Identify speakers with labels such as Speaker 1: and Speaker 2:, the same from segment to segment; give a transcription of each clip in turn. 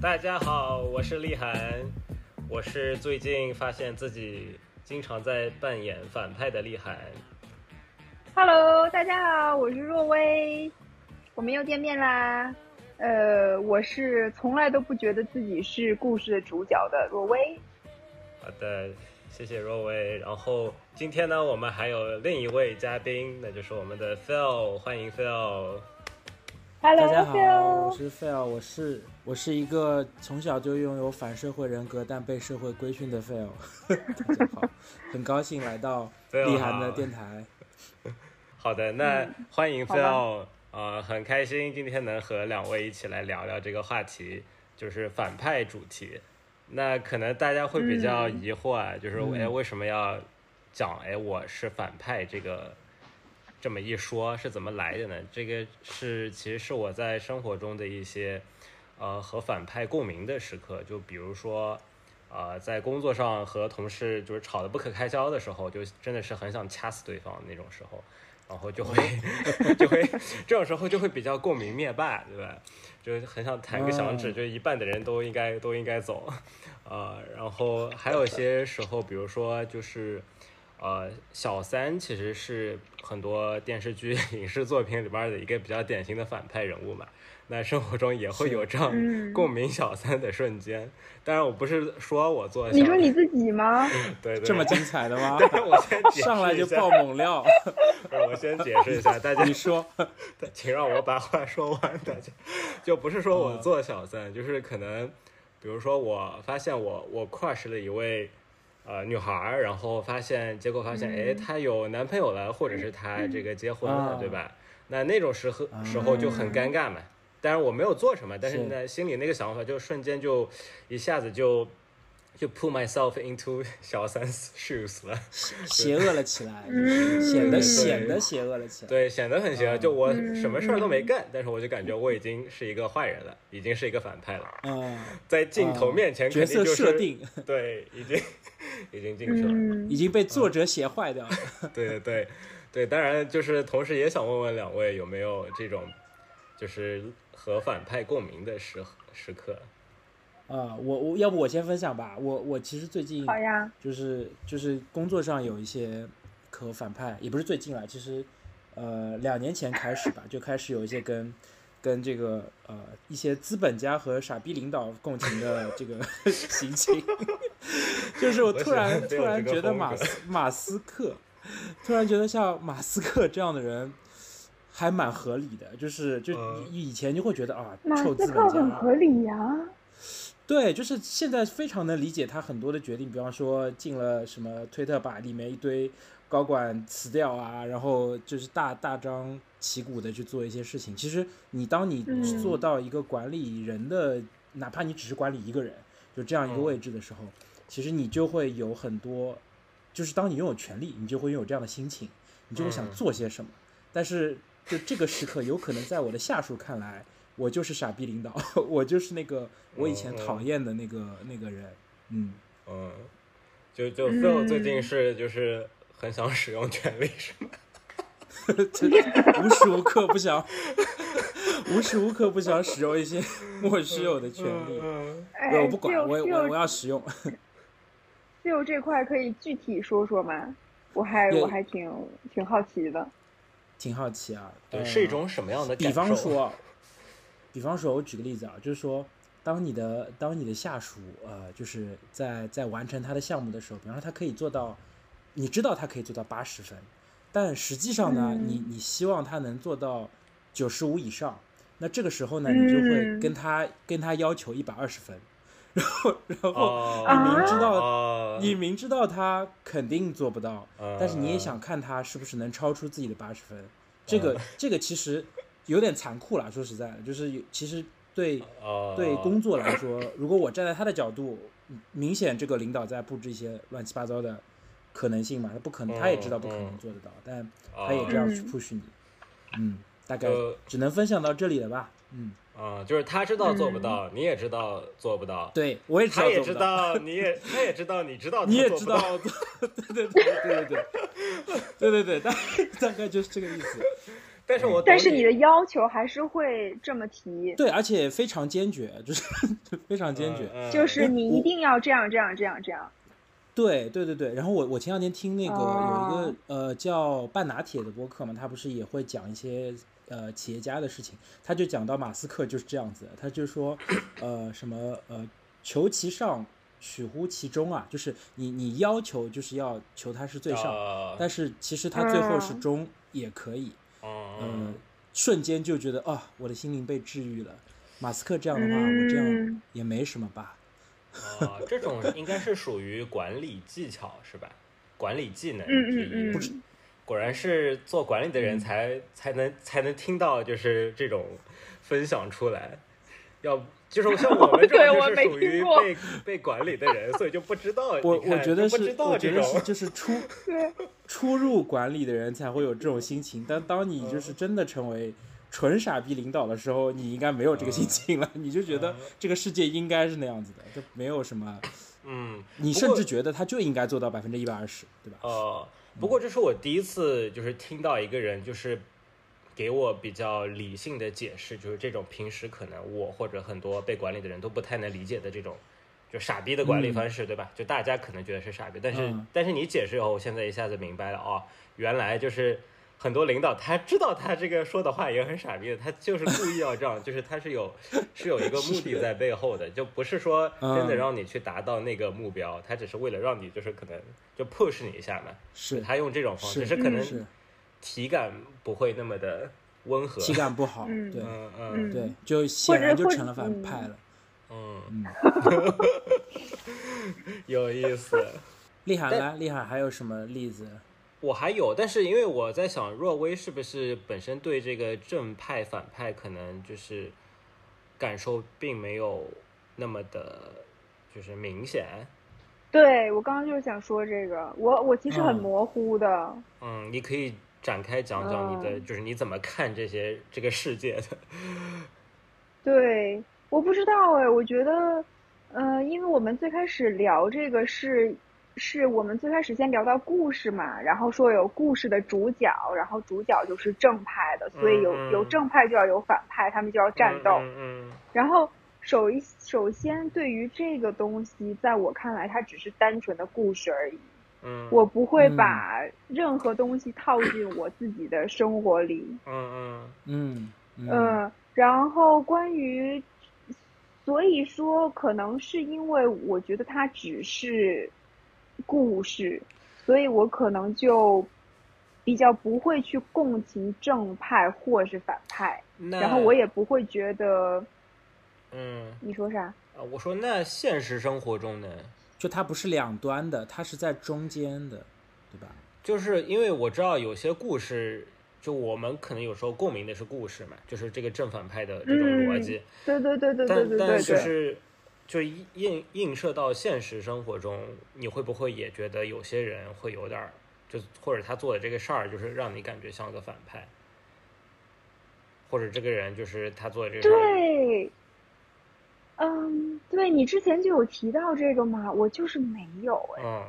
Speaker 1: 大家好，我是立涵，我是最近发现自己经常在扮演反派的立涵。
Speaker 2: Hello，大家好，我是若薇，我们又见面啦。呃，我是从来都不觉得自己是故事的主角的若薇。
Speaker 1: 好的，谢谢若薇。然后今天呢，我们还有另一位嘉宾，那就是我们的 Phil，欢迎 Phil。
Speaker 2: Hello，
Speaker 3: 大家好，我
Speaker 2: Phil。
Speaker 3: 是 Phil，我是我是一个从小就拥有反社会人格但被社会规训的 Phil。大家好，很高兴来到
Speaker 1: Phil
Speaker 3: 厉涵
Speaker 1: 好
Speaker 3: 的电台。
Speaker 1: 好的，那欢迎
Speaker 2: 好
Speaker 1: Phil，、呃，很开心今天能和两位一起来聊聊这个话题，就是反派主题。那可能大家会比较疑惑啊，就是哎，为什么要讲哎我是反派这个这么一说是怎么来的呢？这个是其实是我在生活中的一些呃和反派共鸣的时刻，就比如说呃在工作上和同事就是吵得不可开交的时候，就真的是很想掐死对方那种时候，然后就会 就会这种时候就会比较共鸣灭霸，对吧？就很想弹个响指，
Speaker 3: 嗯
Speaker 1: 就一半的人都应该都应该走， 呃，然后还有一些时候，比如说就是。呃，小三其实是很多电视剧、 影视作品里边的一个比较典型的反派人物嘛。那生活中也会有这样
Speaker 2: 嗯
Speaker 1: 共鸣小三的瞬间。当然，我不是说我做小，
Speaker 2: 你说你自己吗？
Speaker 1: 对对，
Speaker 3: 这么精彩的吗？
Speaker 1: 但是我先解释一下
Speaker 3: 上来就爆 猛料，
Speaker 1: 不是我先解释一下，大家
Speaker 3: 你说
Speaker 1: 请让我把话说完，大家就不是说我做小三，就是可能，比如说我发现我我 crush 了一位呃女孩儿，然后发现结果发现，哎、她有男朋友了，或者是她这个结婚了，
Speaker 3: 啊
Speaker 1: 对吧？那那种时候时候就很尴尬嘛。当然我没有做什么，但是
Speaker 3: 是
Speaker 1: 呢，心里那个想法就瞬间就一下子就就 put myself into 小三 shoes 了。
Speaker 3: 邪恶了起来，
Speaker 2: 嗯
Speaker 1: 对
Speaker 3: 显
Speaker 1: 对
Speaker 3: 得显得邪恶了起来。
Speaker 1: 对，显得很邪恶。
Speaker 3: 嗯
Speaker 1: 就我什么事儿都
Speaker 2: 嗯
Speaker 1: 没干，但是我就感觉我已经是一个坏人了，已经是一个反派了，
Speaker 3: 嗯，
Speaker 1: 在镜头
Speaker 3: 嗯
Speaker 1: 面前
Speaker 3: 角
Speaker 1: 肯定
Speaker 3: 色
Speaker 1: 就是
Speaker 3: 设定
Speaker 1: 对，已经已经进去了。
Speaker 2: 嗯
Speaker 3: 已经被作者写坏掉了。
Speaker 1: 对对对对，当然就是同时也想问问两位有没有这种就是和反派共鸣的时时刻？
Speaker 3: 啊、我我要不我先分享吧。我我其实最近
Speaker 2: 好呀。
Speaker 3: 就是就是工作上有一些和反派，也不是最近了，其实呃两年前开始吧，就开始有一些跟跟这个呃一些资本家和傻逼领导共情的这个 行径，就是我
Speaker 1: 我喜
Speaker 3: 突然
Speaker 1: 欢这
Speaker 3: 突
Speaker 1: 种这
Speaker 3: 然
Speaker 1: 个
Speaker 3: 觉得
Speaker 1: 风
Speaker 3: 马
Speaker 1: 格
Speaker 3: 斯马斯克，突然觉得像马斯克这样的人。还蛮合理的，就是就
Speaker 1: 嗯
Speaker 3: 以以前就会觉得啊，
Speaker 2: 马
Speaker 3: 臭
Speaker 2: 斯
Speaker 3: 资
Speaker 2: 克
Speaker 3: 本家
Speaker 2: 很合理呀、
Speaker 3: 对，就是现在非常能理解他很多的决定，比方说进了什么推特吧，里面一堆高管辞掉啊，然后就是大大张旗鼓的去做一些事情。其实你当你
Speaker 2: 嗯
Speaker 3: 做到一个管理人的，哪怕你只是管理一个人，就这样一个
Speaker 1: 嗯
Speaker 3: 位置的时候，其实你就会有很多，就是当你拥有权利，你就会拥有这样的心情，你就会想
Speaker 1: 嗯
Speaker 3: 做些什么。但是就这个时刻，有可能在我的下属看来，我就是傻逼领导， 我就是那个我以前
Speaker 1: 嗯嗯
Speaker 3: 讨厌的那个、那个人。嗯，
Speaker 1: 嗯，就就 Phil 最近
Speaker 2: 嗯
Speaker 1: 是就是很想使用权力是吗？
Speaker 3: 这无时无刻不想， 无时无刻不想使用 一些莫须有的权利。
Speaker 1: 嗯
Speaker 2: 哎，
Speaker 3: 我不管，
Speaker 2: 就
Speaker 3: 我我我要使用。
Speaker 2: 就这块可以具体说说吗？我还
Speaker 3: 有
Speaker 2: 我还挺挺好奇的。
Speaker 3: 挺好奇啊，
Speaker 1: 对，
Speaker 3: 呃
Speaker 1: 是一种什么样的感受？
Speaker 3: 比方，说，比方说，我举个例子啊，就是说，当你的当你的下属呃，就是在在完成他的项目的时候，比方说他可以做到，你知道他可以做到八十分，但实际上呢，
Speaker 2: 嗯
Speaker 3: 你你希望他能做到九十五以上，那这个时候呢，你就会
Speaker 2: 嗯
Speaker 3: 跟他、跟他要求一百二十分，然后然后。
Speaker 1: 哦，
Speaker 2: 你明
Speaker 3: 知道
Speaker 1: 哦
Speaker 3: 你明知道他肯定做不到，
Speaker 1: 嗯
Speaker 3: 但是你也想看他是不是能超出自己的八十分。这个、这个其实有点残酷啦，说实在的，就是有其实对
Speaker 1: 哦
Speaker 3: 对工作来说，如果我站在他的角度，明显这个领导在布置一些乱七八糟的可能性嘛，他不可能，他也知道不可能做得到，但
Speaker 1: 哦
Speaker 3: 他也这样去
Speaker 2: 嗯
Speaker 3: push 你，嗯，大概
Speaker 1: 就
Speaker 3: 只能分享到这里了吧，嗯，
Speaker 1: 啊，就是他知道做
Speaker 2: 嗯
Speaker 1: 不到，你也知道做不到，
Speaker 3: 对我也知道
Speaker 1: 他也
Speaker 3: 做
Speaker 1: 知
Speaker 3: 不
Speaker 1: 道，
Speaker 3: 到。
Speaker 1: 你也他也知道，你知道，
Speaker 3: 你也知，道，对对对对对对对对对，大嗯大概就是这个意思。
Speaker 1: 但是我懂
Speaker 2: 但是你的要求还是会这么提，
Speaker 3: 对，而且非常坚决，就是 非常坚决。
Speaker 1: 嗯嗯
Speaker 2: 就是你
Speaker 3: 我
Speaker 2: 一定要这样这样这样这样。
Speaker 3: 对对对对，然后我我前两天听那个有一
Speaker 2: 哦
Speaker 3: 个呃叫半拿铁的播客嘛，他不是也会讲一些呃企业家的事情，他就讲到马斯克就是这样子的，他就说呃什么呃求其上取乎其中啊，就是你你要求就是要求他是最上，
Speaker 1: 哦
Speaker 3: 但是其实他最后是
Speaker 2: 嗯
Speaker 3: 中也可以，
Speaker 1: 嗯
Speaker 3: 呃
Speaker 1: 嗯，
Speaker 3: 瞬间就觉得啊我的心灵被治愈了。马斯克这样的话，我这样
Speaker 2: 嗯
Speaker 3: 也没什么吧。
Speaker 1: 哦，这种应该是属于管理技巧是吧？管理技能
Speaker 2: 嗯
Speaker 1: 之一
Speaker 2: 嗯嗯，
Speaker 1: 果然是做管理的
Speaker 3: 嗯
Speaker 1: 人才、才能才能听到就是这种分享出来，要就是像我 们这
Speaker 2: 对
Speaker 1: 种
Speaker 2: 我
Speaker 1: 就是
Speaker 2: 没
Speaker 1: 属于
Speaker 2: 听过
Speaker 1: 被被管理的人，所以就不知道。
Speaker 3: 我
Speaker 1: 你看
Speaker 3: 我觉得
Speaker 1: 就不
Speaker 3: 是
Speaker 1: 知，道
Speaker 3: 我
Speaker 1: 这
Speaker 3: 觉得是
Speaker 1: 种，
Speaker 3: 就是出
Speaker 2: 对，
Speaker 3: 出入管理的人才会有这种心情，但当你
Speaker 1: 嗯
Speaker 3: 就是真的成为纯傻逼领导的时候，你应该没有这个心情了，
Speaker 1: 嗯
Speaker 3: 你就觉得这个世界应该是那样子的，就没有什么，
Speaker 1: 嗯，
Speaker 3: 你
Speaker 1: 不
Speaker 3: 甚
Speaker 1: 过
Speaker 3: 至觉得他就应该做到百分之一百二十，对吧？
Speaker 1: 呃，不过这是我第一次就是听到一个人就是给我比较理性的解释，就是这种平时可能我或者很多被管理的人都不太能理解的这种。就傻逼的管理方式，对吧？就大家可能觉得是傻逼，但是、
Speaker 3: 嗯
Speaker 1: 但是你解释以后，我现在一下子明白了哦，原来就是很多领导他知道他这个说的话也很傻逼的，他就是故意要这样，就是他是有 是有一个目的在背后的，就不是说真的
Speaker 3: 嗯
Speaker 1: 让你去达到那个目标，他只是为了让你就是可能就 push 你一下嘛，
Speaker 3: 是
Speaker 1: 他用这种方式，
Speaker 3: 是
Speaker 1: 是可
Speaker 2: 嗯
Speaker 1: 能
Speaker 3: 是
Speaker 1: 体感不会那么的温和。
Speaker 3: 体感不好，
Speaker 2: 嗯
Speaker 3: 对
Speaker 1: 嗯嗯
Speaker 2: 嗯
Speaker 3: 对，就显然就
Speaker 2: 或者
Speaker 3: 成了反派了。
Speaker 1: 嗯，
Speaker 3: 嗯，
Speaker 1: 有意思。
Speaker 3: 厉害啦，厉害，还有什么例子？
Speaker 1: 我还有，但是因为我在想，若薇是不是本身对这个正派、反派可能就是感受并没有那么的，就是明显。
Speaker 2: 对我刚刚就是想说这个，我我其实很
Speaker 3: 嗯
Speaker 2: 模糊的，
Speaker 1: 嗯，你可以展开讲讲你的，
Speaker 2: 嗯
Speaker 1: 就是你怎么看这些这个世界的。
Speaker 2: 对，我不知道哎，我觉得，呃，因为我们最开始聊这个是，是我们最开始先聊到故事嘛，然后说有故事的主角，然后主角就是正派的，所以有有
Speaker 1: 嗯
Speaker 2: 正派就要有反派，他们就要 战斗。
Speaker 1: 嗯嗯
Speaker 2: 然后首一首先对于这个东西，在我看来，它只是单纯的故事而已。
Speaker 1: 嗯，
Speaker 2: 我不会
Speaker 3: 嗯
Speaker 2: 把任何东西套进我自己的生活里。
Speaker 1: 嗯
Speaker 3: 嗯嗯
Speaker 2: 嗯，然后关于，所以说可能是因为我觉得它只是故事，所以我可能就比较不会去共情正派或是反派，
Speaker 1: 嗯，那
Speaker 2: 然后我也不会觉得
Speaker 1: 嗯
Speaker 2: 你说啥，
Speaker 1: 啊，我说那现实生活中呢，
Speaker 3: 就它不是两端的，它是在中间的，对吧？
Speaker 1: 就是因为我知道有些故事，就我们可能有时候共鸣的是故事嘛，就是这个正反派的这种逻
Speaker 2: 嗯
Speaker 1: 辑，
Speaker 2: 对对对对对
Speaker 1: 但
Speaker 2: 对
Speaker 1: 但
Speaker 2: 对
Speaker 1: 就
Speaker 2: 对，
Speaker 1: 是就映映射到现实生活中，你会不会也觉得有些人会有点儿，就或者他做的这个事儿，就是让你感觉像个反派，或者这个人就是他做的这个事儿，
Speaker 2: 对，嗯，对你之前就有提到这个嘛，我就是没有哎，
Speaker 1: 嗯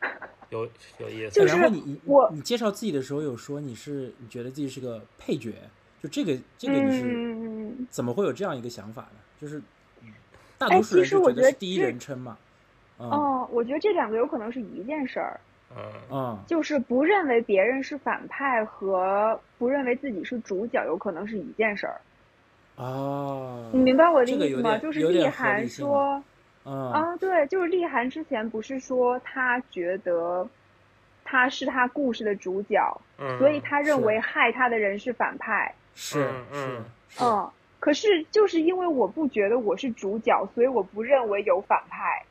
Speaker 1: 嗯，有有意思，
Speaker 2: 就
Speaker 3: 然
Speaker 2: 是
Speaker 3: 后你你
Speaker 2: 我
Speaker 3: 你介绍自己的时候有说你是你觉得自己是个配角，就这个这个你是
Speaker 2: 嗯。
Speaker 3: 怎么会有这样一个想法呢？就是大
Speaker 2: 哎
Speaker 3: 多数
Speaker 2: 其
Speaker 3: 人
Speaker 2: 实
Speaker 3: 就
Speaker 2: 我
Speaker 3: 觉
Speaker 2: 觉
Speaker 3: 得
Speaker 2: 得
Speaker 3: 是第一
Speaker 2: 这
Speaker 3: 人称嘛，嗯
Speaker 2: 哦，我觉得这两个有可能是一件事儿，
Speaker 1: 嗯
Speaker 3: 嗯
Speaker 2: 就是不认为别人是反派和不认为自己是主角，有可能是一件事儿。
Speaker 3: 哦
Speaker 2: 你明白我的
Speaker 3: 这个
Speaker 2: 意
Speaker 3: 有
Speaker 2: 思吗？
Speaker 3: 点
Speaker 2: 就是
Speaker 3: 有
Speaker 2: 厉
Speaker 3: 点合
Speaker 2: 涵
Speaker 3: 理性
Speaker 2: 说
Speaker 3: 嗯
Speaker 2: 啊，对，就是厉涵之前不是说他觉得他是他故事的主角，
Speaker 1: 嗯，
Speaker 2: 所以他认
Speaker 3: 是
Speaker 2: 为害他的人是反派。
Speaker 3: 是
Speaker 1: 嗯
Speaker 3: 是
Speaker 1: 嗯
Speaker 3: 是
Speaker 2: 嗯，可是就是因为我不觉得我是主角，所以我不认为有反派，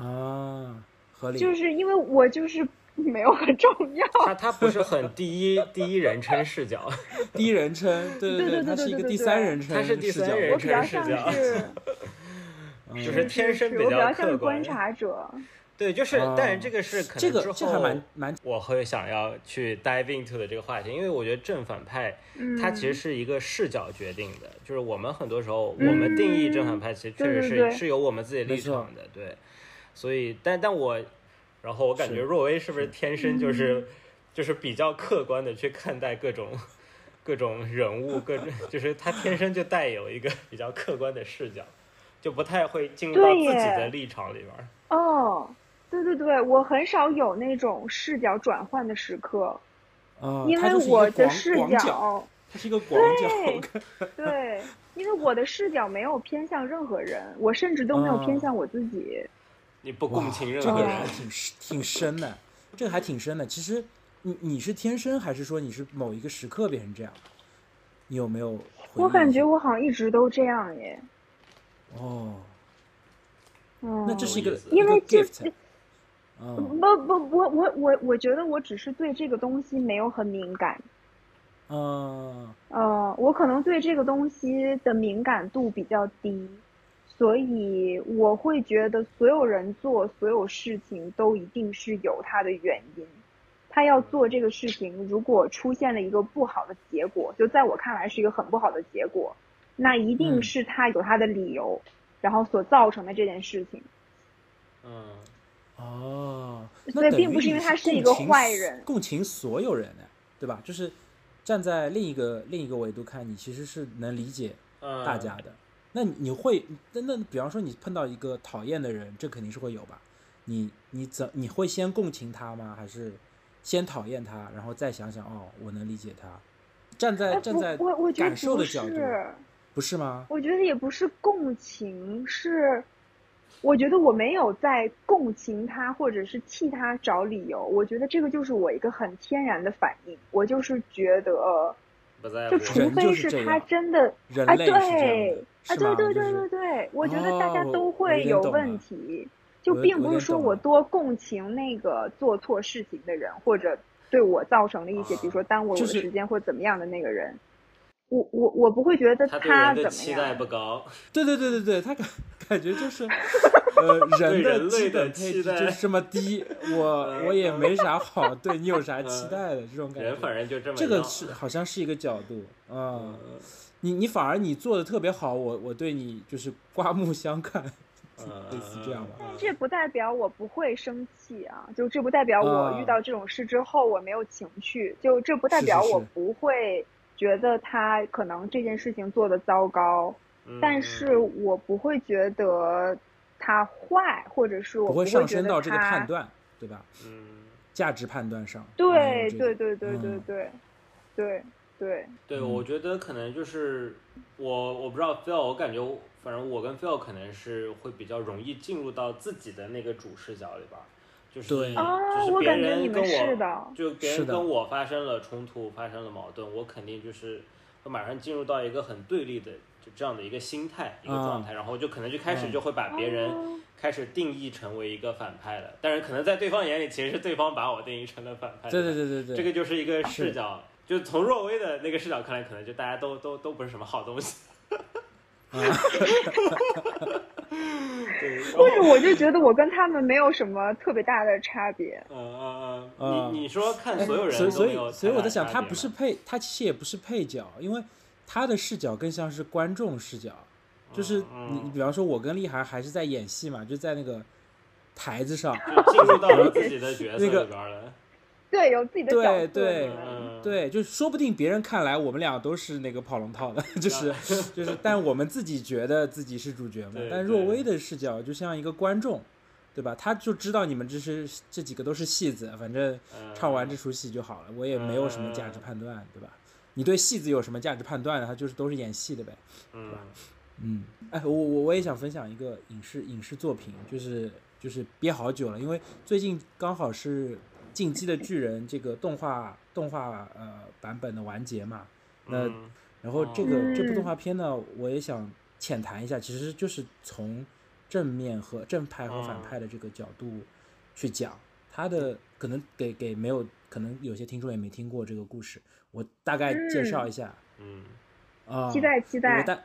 Speaker 3: 啊合理
Speaker 2: 就是因为我就是没有很重要。
Speaker 1: 他他不是很第一第一人称视角，
Speaker 3: 第一人称对
Speaker 2: 对对
Speaker 3: 对，它
Speaker 2: 对
Speaker 3: 是一
Speaker 2: 对
Speaker 3: 个
Speaker 2: 对
Speaker 3: 第
Speaker 2: 对
Speaker 3: 三人称
Speaker 1: 它是第
Speaker 3: 视角
Speaker 1: 三人
Speaker 2: 我比较
Speaker 1: 称视
Speaker 2: 像
Speaker 1: 角
Speaker 2: 是，
Speaker 3: 嗯
Speaker 1: 就是天生
Speaker 2: 是
Speaker 1: 比
Speaker 2: 我比较像
Speaker 1: 客
Speaker 2: 是观
Speaker 1: 观。
Speaker 2: 察者。
Speaker 1: 对，就是，但是
Speaker 3: 哦
Speaker 1: 这个是可
Speaker 3: 这
Speaker 1: 能之
Speaker 3: 个这还
Speaker 1: 后
Speaker 3: 蛮蛮
Speaker 1: 我会想要去 dive into 的这个话题，因为我觉得正反派
Speaker 2: 嗯，
Speaker 1: 它其实是一个视角决定的，就是我们很多时候我们定义正反派，其实确实
Speaker 2: 嗯对对
Speaker 1: 是
Speaker 2: 对
Speaker 1: 是有我们自己立
Speaker 3: 没错
Speaker 1: 场的，对。所以，但但我，然后我感觉
Speaker 3: 是
Speaker 2: 嗯
Speaker 1: 若薇是不是天生就是就是比较客观的去看待各种各种人物，各种 就是他天生就带有一个比较客观的视角，就不太会进入到
Speaker 2: 对
Speaker 1: 自己
Speaker 2: 耶
Speaker 1: 的立场里边儿。
Speaker 2: 哦，对对对，我很少有那种视角转换的时刻，
Speaker 3: 啊，
Speaker 2: 因
Speaker 3: 它
Speaker 2: 为
Speaker 3: 就是一
Speaker 2: 我
Speaker 3: 个
Speaker 2: 的
Speaker 3: 广
Speaker 2: 视
Speaker 3: 广角，
Speaker 2: 角，
Speaker 3: 它是一个广角，
Speaker 2: 对，因为我的视角没有偏向任何人，我甚至都没有偏
Speaker 3: 嗯
Speaker 2: 向我自己。
Speaker 1: 你不
Speaker 3: 哇
Speaker 1: 共情任
Speaker 3: 这
Speaker 1: 何
Speaker 3: 个
Speaker 1: 人，
Speaker 3: 还挺挺深的，这个还挺深的。其实你你是天生还是说你是某一个时刻变成这样？你有没有回忆一下？
Speaker 2: 我感觉我好像一直都这样耶。
Speaker 3: 哦，
Speaker 2: 嗯，
Speaker 3: 那这是一个
Speaker 1: 嗯
Speaker 3: 一
Speaker 2: 因
Speaker 3: 个
Speaker 2: 为这
Speaker 3: gift，嗯
Speaker 2: 不不，我我我我觉得我只是对这个东西没有很敏感，
Speaker 3: 嗯
Speaker 2: 呃，我可能对这个东西的敏感度比较低，所以我会觉得所有人做所有事情都一定是有他的原因。他要做这个事情，如果出现了一个不好的结果，就在我看来是一个很不好的结果，那一定
Speaker 3: 嗯
Speaker 2: 是他有他的理由，然后所造成的这件事情。
Speaker 1: 嗯，
Speaker 3: 哦，
Speaker 2: 所
Speaker 3: 那
Speaker 2: 以
Speaker 3: 等
Speaker 2: 并
Speaker 3: 于
Speaker 2: 不是因
Speaker 3: 你
Speaker 2: 为他是
Speaker 3: 共
Speaker 2: 一个
Speaker 3: 情
Speaker 2: 坏
Speaker 3: 所
Speaker 2: 人
Speaker 3: 共情所有人的，哎对吧？就是站在另一个另一个维度看，你其实是能理解
Speaker 1: 嗯
Speaker 3: 大家的。那你你会那那比方说你碰到一个讨厌的人，这肯定是会有吧？你你怎你会先共情他吗？还是先讨厌他，然后再想想哦，我能理解他？站在
Speaker 2: 哎
Speaker 3: 站
Speaker 2: 不
Speaker 3: 在
Speaker 2: 我我觉得
Speaker 3: 感受
Speaker 2: 不
Speaker 3: 的角度，
Speaker 2: 是
Speaker 3: 不是吗？
Speaker 2: 我觉得也不是共情，是我觉得我没有在共情他，或者是替他找理由。我觉得这个就是我一个很天然的反应，我就是觉得，
Speaker 1: 不在乎
Speaker 2: 就。除
Speaker 3: 人就
Speaker 2: 非
Speaker 3: 是这
Speaker 2: 他
Speaker 3: 样
Speaker 2: 真的，
Speaker 3: 人
Speaker 2: 啊，
Speaker 3: 类是这样
Speaker 2: 对
Speaker 3: 的，
Speaker 2: 啊，
Speaker 3: 是吗
Speaker 2: 对对
Speaker 3: 就
Speaker 2: 对
Speaker 3: 是
Speaker 2: 对对，我觉得大家
Speaker 3: 哦
Speaker 2: 都
Speaker 3: 我有
Speaker 2: 会
Speaker 3: 点
Speaker 2: 有
Speaker 3: 懂
Speaker 2: 问
Speaker 3: 了
Speaker 2: 题，就
Speaker 3: 我有
Speaker 2: 并
Speaker 3: 我有
Speaker 2: 不是
Speaker 3: 点
Speaker 2: 说
Speaker 3: 懂
Speaker 2: 我
Speaker 3: 了
Speaker 2: 多共情那个做错事情的人，或者对我造成了一些，比如说耽误了
Speaker 3: 啊就
Speaker 2: 我的
Speaker 3: 是
Speaker 2: 时间或怎么样的那个人，我我我不会觉得
Speaker 1: 他对人
Speaker 2: 怎
Speaker 1: 的
Speaker 2: 么
Speaker 1: 期待
Speaker 2: 样
Speaker 1: 不，高，
Speaker 3: 对对对对对，他感感觉就是， 呃，人
Speaker 1: 人
Speaker 3: 的
Speaker 1: 类
Speaker 3: 基
Speaker 1: 的
Speaker 3: 本
Speaker 1: 期
Speaker 3: 配置就
Speaker 1: 待
Speaker 3: 是这么低， 我我也没啥好对你有啥期
Speaker 1: 嗯
Speaker 3: 待的这种感
Speaker 1: 人反正就
Speaker 3: 觉。
Speaker 1: 这么
Speaker 3: 这个
Speaker 1: 要
Speaker 3: 是好像是一个角度啊、
Speaker 1: 嗯
Speaker 3: 你你反而你做的特别好，我我对你就是刮目相看，类似这样吧。
Speaker 1: 嗯
Speaker 2: 这不代表我不会生气啊，就这不代表我遇
Speaker 3: 啊
Speaker 2: 到这种事之后我没有情绪，就这不代
Speaker 3: 是是
Speaker 2: 表我
Speaker 3: 是
Speaker 2: 不会觉得他可能这件事情做的糟糕。
Speaker 1: 嗯
Speaker 2: 但是我不会觉得他坏，或者是我
Speaker 3: 不会
Speaker 2: 觉
Speaker 3: 上
Speaker 2: 得
Speaker 3: 升到这个
Speaker 2: 他
Speaker 3: 判。断，对吧？
Speaker 1: 嗯，
Speaker 3: 价值判断上。嗯没有
Speaker 2: 对
Speaker 3: 这
Speaker 2: 对
Speaker 3: 个
Speaker 2: 对对对
Speaker 3: 嗯
Speaker 2: 对，对对，
Speaker 1: 对，
Speaker 3: 嗯
Speaker 1: 我觉得可能就是我，我不知道 Phil，我感觉我反正我跟 Phil 可能是会比较容易进入到自己的那个主视角里边儿，就是
Speaker 3: 对
Speaker 2: 啊
Speaker 1: 就
Speaker 2: 我
Speaker 1: 是别
Speaker 2: 感觉你
Speaker 1: 人
Speaker 2: 们
Speaker 1: 跟
Speaker 2: 是
Speaker 1: 我，
Speaker 2: 的
Speaker 1: 就别
Speaker 3: 是
Speaker 1: 人
Speaker 3: 的
Speaker 1: 跟我发生了冲突，发生了矛盾，我肯定就是会马上进入到一个很对立的就这样的一个心态一个状态，然后就可能就开始
Speaker 3: 啊嗯
Speaker 1: 就会把别人
Speaker 2: 哦
Speaker 1: 开始定义成为一个反派了，但是可能在对方眼里其实是对方把我定义成了反派，
Speaker 3: 对对对对对，啊
Speaker 1: 这个就是一个视
Speaker 3: 是
Speaker 1: 角，就从若薇的那个视角看来，可能就大家都都都不是什么好东西。
Speaker 3: 啊
Speaker 1: 对，然后
Speaker 2: 但是我就觉得我跟他们没有什么特别大的差别。
Speaker 1: 嗯嗯嗯，
Speaker 3: 嗯
Speaker 1: 你你说看
Speaker 3: 哎
Speaker 1: 所有人都
Speaker 3: 所以所
Speaker 1: 没有
Speaker 3: 以所以我在想，
Speaker 1: 太
Speaker 3: 他
Speaker 1: 大
Speaker 3: 不是
Speaker 1: 差
Speaker 3: 配，他其实也不是配角，因为他的视角更像是观众视角，就是
Speaker 1: 嗯
Speaker 3: 你你比方说，我跟丽涵还是在演戏嘛，就在那个台子上，
Speaker 1: 别嘛就进入到了自己的角色
Speaker 3: 那个
Speaker 1: 里边了。
Speaker 2: 对，有自己的
Speaker 3: 对
Speaker 2: 角色。
Speaker 3: 对
Speaker 2: 嗯
Speaker 1: 嗯，
Speaker 3: 对，就说不定别人看来我们俩都是那个跑龙套的， 就是就是，但我们自己觉得自己是主角嘛
Speaker 1: 对。
Speaker 3: 但
Speaker 1: 对
Speaker 3: 若薇的视角就像一个观众，对吧？他就知道你们这是这几个都是戏子，反正
Speaker 1: 嗯
Speaker 3: 唱完这出戏就好了，我也没有什么价值判断，对吧？你对戏子有什么价值判断呢？他就是都是演戏的呗。
Speaker 1: 嗯
Speaker 3: 嗯，哎，我我我也想分享一个影视影视作品，就是就是憋好久了，因为最近刚好是《进击的巨人》这个动画动画呃版本的完结嘛，那
Speaker 1: 嗯
Speaker 3: 然后这个、
Speaker 2: 哦
Speaker 3: 这部动画片呢，我也想浅谈一下，其实就是从正面和正派和
Speaker 2: 哦
Speaker 3: 反派的这个角度去讲，它的可能给给没有可能有些听众也没听过这个故事，我大概介绍一下
Speaker 1: 嗯
Speaker 3: 啊、
Speaker 2: 期待期待
Speaker 3: 我大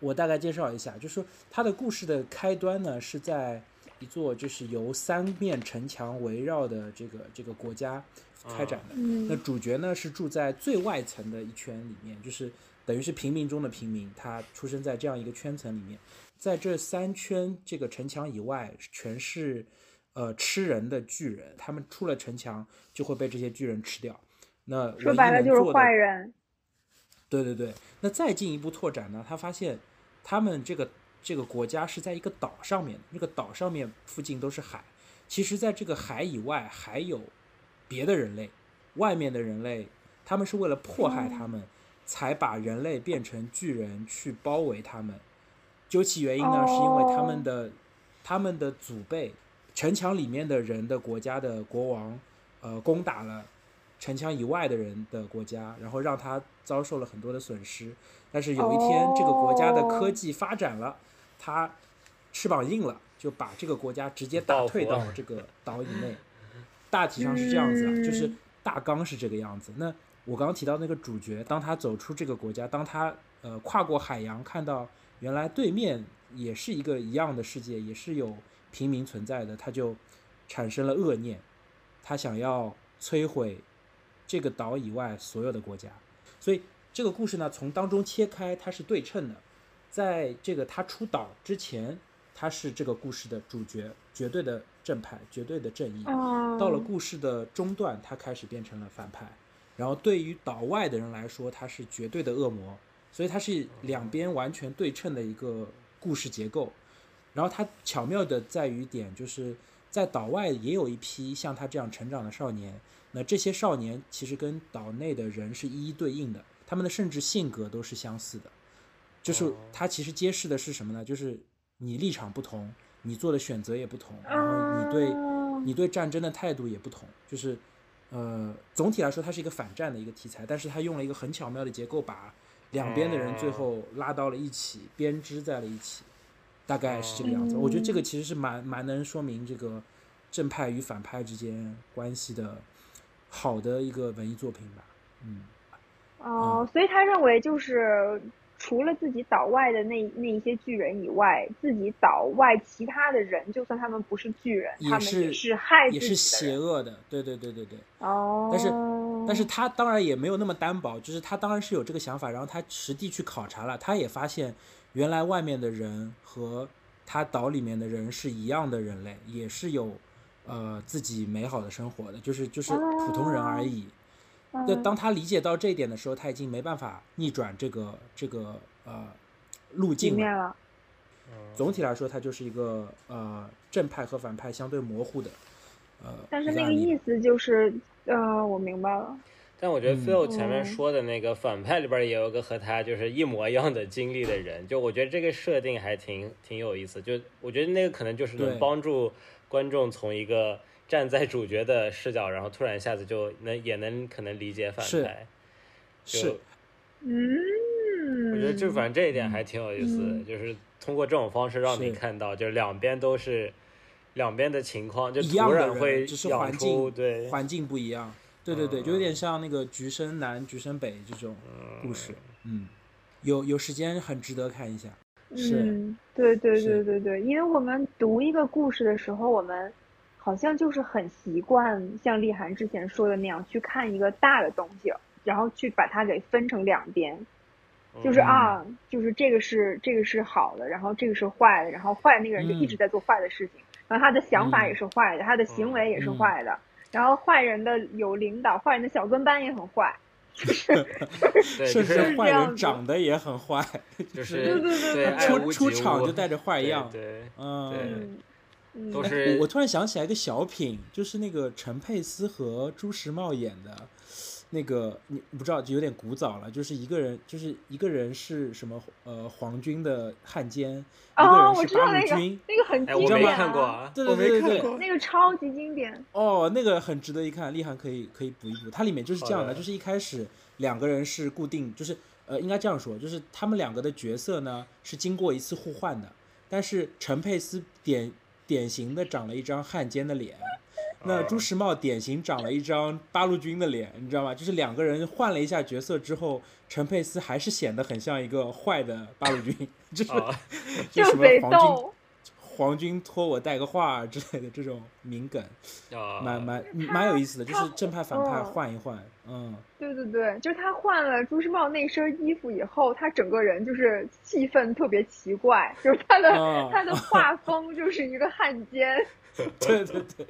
Speaker 3: 我大概介绍一下，就是说它的故事的开端呢是在一座就是由三面城墙围绕的这个这个国家开展的。
Speaker 2: 嗯
Speaker 3: 那主角呢是住在最外层的一圈里面，就是等于是平民中的平民，他出生在这样一个圈层里面。在这三圈这个城墙以外，全是呃吃人的巨人，他们出了城墙就会被这些巨人吃掉。那唯
Speaker 2: 说
Speaker 3: 一
Speaker 2: 白了
Speaker 3: 能
Speaker 2: 就是
Speaker 3: 做的
Speaker 2: 坏人。
Speaker 3: 对对对，那再进一步拓展呢，他发现他们这个这个国家是在一个岛上面，那个岛上面附近都是海，其实在这个海以外还有别的人类，外面的人类，他们是为了迫害他们，才把人类变成巨人去包围他们。究其原因呢，是因为他们的他们的祖辈，城墙里面的人的国家的国王，呃，攻打了城墙以外的人的国家，然后让他遭受了很多的损失。但是有一天，这个国家的科技发展了，他翅膀硬了，就把这个国家直接打退到这个岛以内。大体上是这样子啊，
Speaker 2: 嗯
Speaker 3: 就是大纲是这个样子。那我刚刚提到那个主角，当他走出这个国家，当他呃跨过海洋，看到原来对面也是一个一样的世界，也是有平民存在的，他就产生了恶念，他想要摧毁这个岛以外所有的国家。所以这个故事呢，从当中切开，它是对称的。在这个他出岛之前，他是这个故事的主角，绝对的正派，绝对的正义。
Speaker 2: 嗯，
Speaker 3: 到了故事的中段，他开始变成了反派。然后对于岛外的人来说，他是绝对的恶魔，所以他是两边完全对称的一个故事结构。然后他巧妙的在于点，就是在岛外也有一批像他这样成长的少年，那这些少年其实跟岛内的人是一一对应的，他们的甚至性格都是相似的。就是
Speaker 1: 哦
Speaker 3: 它其实揭示的是什么呢？就是你立场不同，你做的选择也不同，然后你对
Speaker 2: 嗯
Speaker 3: 你对战争的态度也不同，就是，呃，总体来说它是一个反战的一个题材，但是它用了一个很巧妙的结构，把两边的人最后拉到了一起，编织在了一起，大概是这个样子。
Speaker 2: 嗯
Speaker 3: 我觉得这个其实是蛮蛮能说明这个正派与反派之间关系的好的一个文艺作品吧。嗯，
Speaker 2: 哦，所以他认为就是除了自己岛外的那那一些巨人以外，自己岛外其他的人，就算他们不是巨人，他
Speaker 3: 也
Speaker 2: 们
Speaker 3: 是
Speaker 2: 是害自
Speaker 3: 也
Speaker 2: 己
Speaker 3: 是
Speaker 2: 的
Speaker 3: 邪
Speaker 2: 人。
Speaker 3: 恶的，对对对对对。
Speaker 2: 哦，
Speaker 3: 但是但是他当然也没有那么单薄，就是他当然是有这个想法，然后他实地去考察了，他也发现原来外面的人和他岛里面的人是一样的人类，也是有呃自己美好的生活的，就是就是普通人而已。那
Speaker 2: 嗯
Speaker 3: 当他理解到这一点的时候，他已经没办法逆转这个这个呃路
Speaker 2: 里
Speaker 3: 径
Speaker 2: 面
Speaker 3: 了。
Speaker 2: 了，
Speaker 3: 总体来说，它就是一个呃正派和反派相对模糊的呃。
Speaker 2: 但是
Speaker 3: 一
Speaker 2: 那
Speaker 3: 案
Speaker 2: 个
Speaker 3: 例吧
Speaker 2: 意思就是，呃，我明白了。
Speaker 1: 但我觉得
Speaker 3: 嗯
Speaker 1: Phil 前面
Speaker 2: 嗯
Speaker 1: 说的那个反派里边也有个和他就是一模一样的经历的人，就我觉得这个设定还挺挺有意思。就我觉得那个可能就是能
Speaker 3: 对
Speaker 1: 帮助观众从一个站在主角的视角，然后突然一下子就能也能可能理解反
Speaker 3: 是
Speaker 1: 派。就是
Speaker 2: 嗯，
Speaker 1: 我觉得就反正这一点
Speaker 3: 嗯
Speaker 1: 还挺有意思的，
Speaker 2: 嗯
Speaker 1: 就是通过这种方式让你
Speaker 3: 是
Speaker 1: 看到，就是两边都是两边的情况，就
Speaker 3: 一
Speaker 1: 土
Speaker 3: 样的
Speaker 1: 壤
Speaker 3: 人
Speaker 1: 会
Speaker 3: 只是
Speaker 1: 养
Speaker 3: 环
Speaker 1: 出
Speaker 3: 境
Speaker 1: 对嗯
Speaker 3: 环境不一样。对对对，就有点像那个《橘生南》《橘生北》这种故事。嗯，有有时间很值得看一下。是
Speaker 2: 嗯，对对对
Speaker 3: 是
Speaker 2: 对对，因为我们读一个故事的时候，我们好像就是很习惯像丽涵之前说的那样，去看一个大的东西，然后去把它给分成两边，
Speaker 3: 哦
Speaker 2: 就是
Speaker 1: 嗯
Speaker 2: 啊，就是这个是这个是好的，然后这个是坏的，然后坏的那个人就一直
Speaker 3: 嗯
Speaker 2: 在做坏的事情，然后他的想法
Speaker 3: 嗯
Speaker 2: 也是坏的，他的行为也是
Speaker 3: 嗯
Speaker 2: 坏的，然后坏人的有领导，坏人的小跟班也很坏，
Speaker 1: 对，就是
Speaker 2: 就
Speaker 3: 甚至坏
Speaker 2: 是这样
Speaker 3: 人
Speaker 2: 子
Speaker 3: 长得也很 坏，
Speaker 1: 就是
Speaker 2: 对对对对
Speaker 1: 爱
Speaker 3: 出
Speaker 1: 屋
Speaker 3: 出
Speaker 1: 及
Speaker 3: 场
Speaker 1: 乌
Speaker 3: 就带着坏
Speaker 1: 对
Speaker 3: 样。
Speaker 1: 对，
Speaker 3: 嗯，
Speaker 2: 嗯嗯，
Speaker 1: 都
Speaker 3: 哎
Speaker 1: 是
Speaker 3: 我我突然想起来一个小品，就是那个陈佩斯和朱时茂演的，那个你不知道就有点古早了，就是一个人就是一个人是什么呃皇军的汉奸，一个
Speaker 2: 哦，
Speaker 3: 人
Speaker 2: 我
Speaker 3: 是
Speaker 2: 知道
Speaker 3: 八
Speaker 2: 那
Speaker 3: 路
Speaker 2: 个
Speaker 3: 军。
Speaker 2: 那个很
Speaker 1: 哎，我
Speaker 2: 经
Speaker 3: 知道
Speaker 1: 没
Speaker 2: 典、啊，
Speaker 1: 看过啊，
Speaker 3: 对
Speaker 1: 我
Speaker 3: 对
Speaker 1: 没
Speaker 3: 对
Speaker 1: 看
Speaker 3: 对对
Speaker 1: 过
Speaker 2: 那个超级经典。
Speaker 3: 哦，那个很值得一看，立涵可以可以补一补。它里面就是这样
Speaker 1: 好
Speaker 3: 的，
Speaker 1: 的
Speaker 3: 就是一开始两个人是固定，就是呃，应该这样说，就是他们两个的角色呢是经过一次互换的，但是陈佩斯典典型的长了一张汉奸的
Speaker 1: 啊
Speaker 3: 脸，那朱时茂典型长了一张八路军的脸，你知道吗？就是两个人换了一下角色之后，陈佩斯还是显得很像一个坏的八路军， 就是、
Speaker 1: 啊，
Speaker 3: 就
Speaker 2: 就
Speaker 3: 什么
Speaker 2: 贼
Speaker 3: 皇军
Speaker 2: 逗，
Speaker 3: 皇军托我带个话之类的这种敏感。
Speaker 1: 啊
Speaker 3: 蛮蛮蛮有意思的，就
Speaker 2: 他
Speaker 3: 是正派反派
Speaker 2: 嗯
Speaker 3: 换一换， 嗯，
Speaker 2: 对对对，就是他换了朱时茂那身衣服以后，他整个人就是气氛特别奇怪，就是他的、
Speaker 3: 哦
Speaker 2: 他的画风就是一个汉奸，
Speaker 3: 对对对，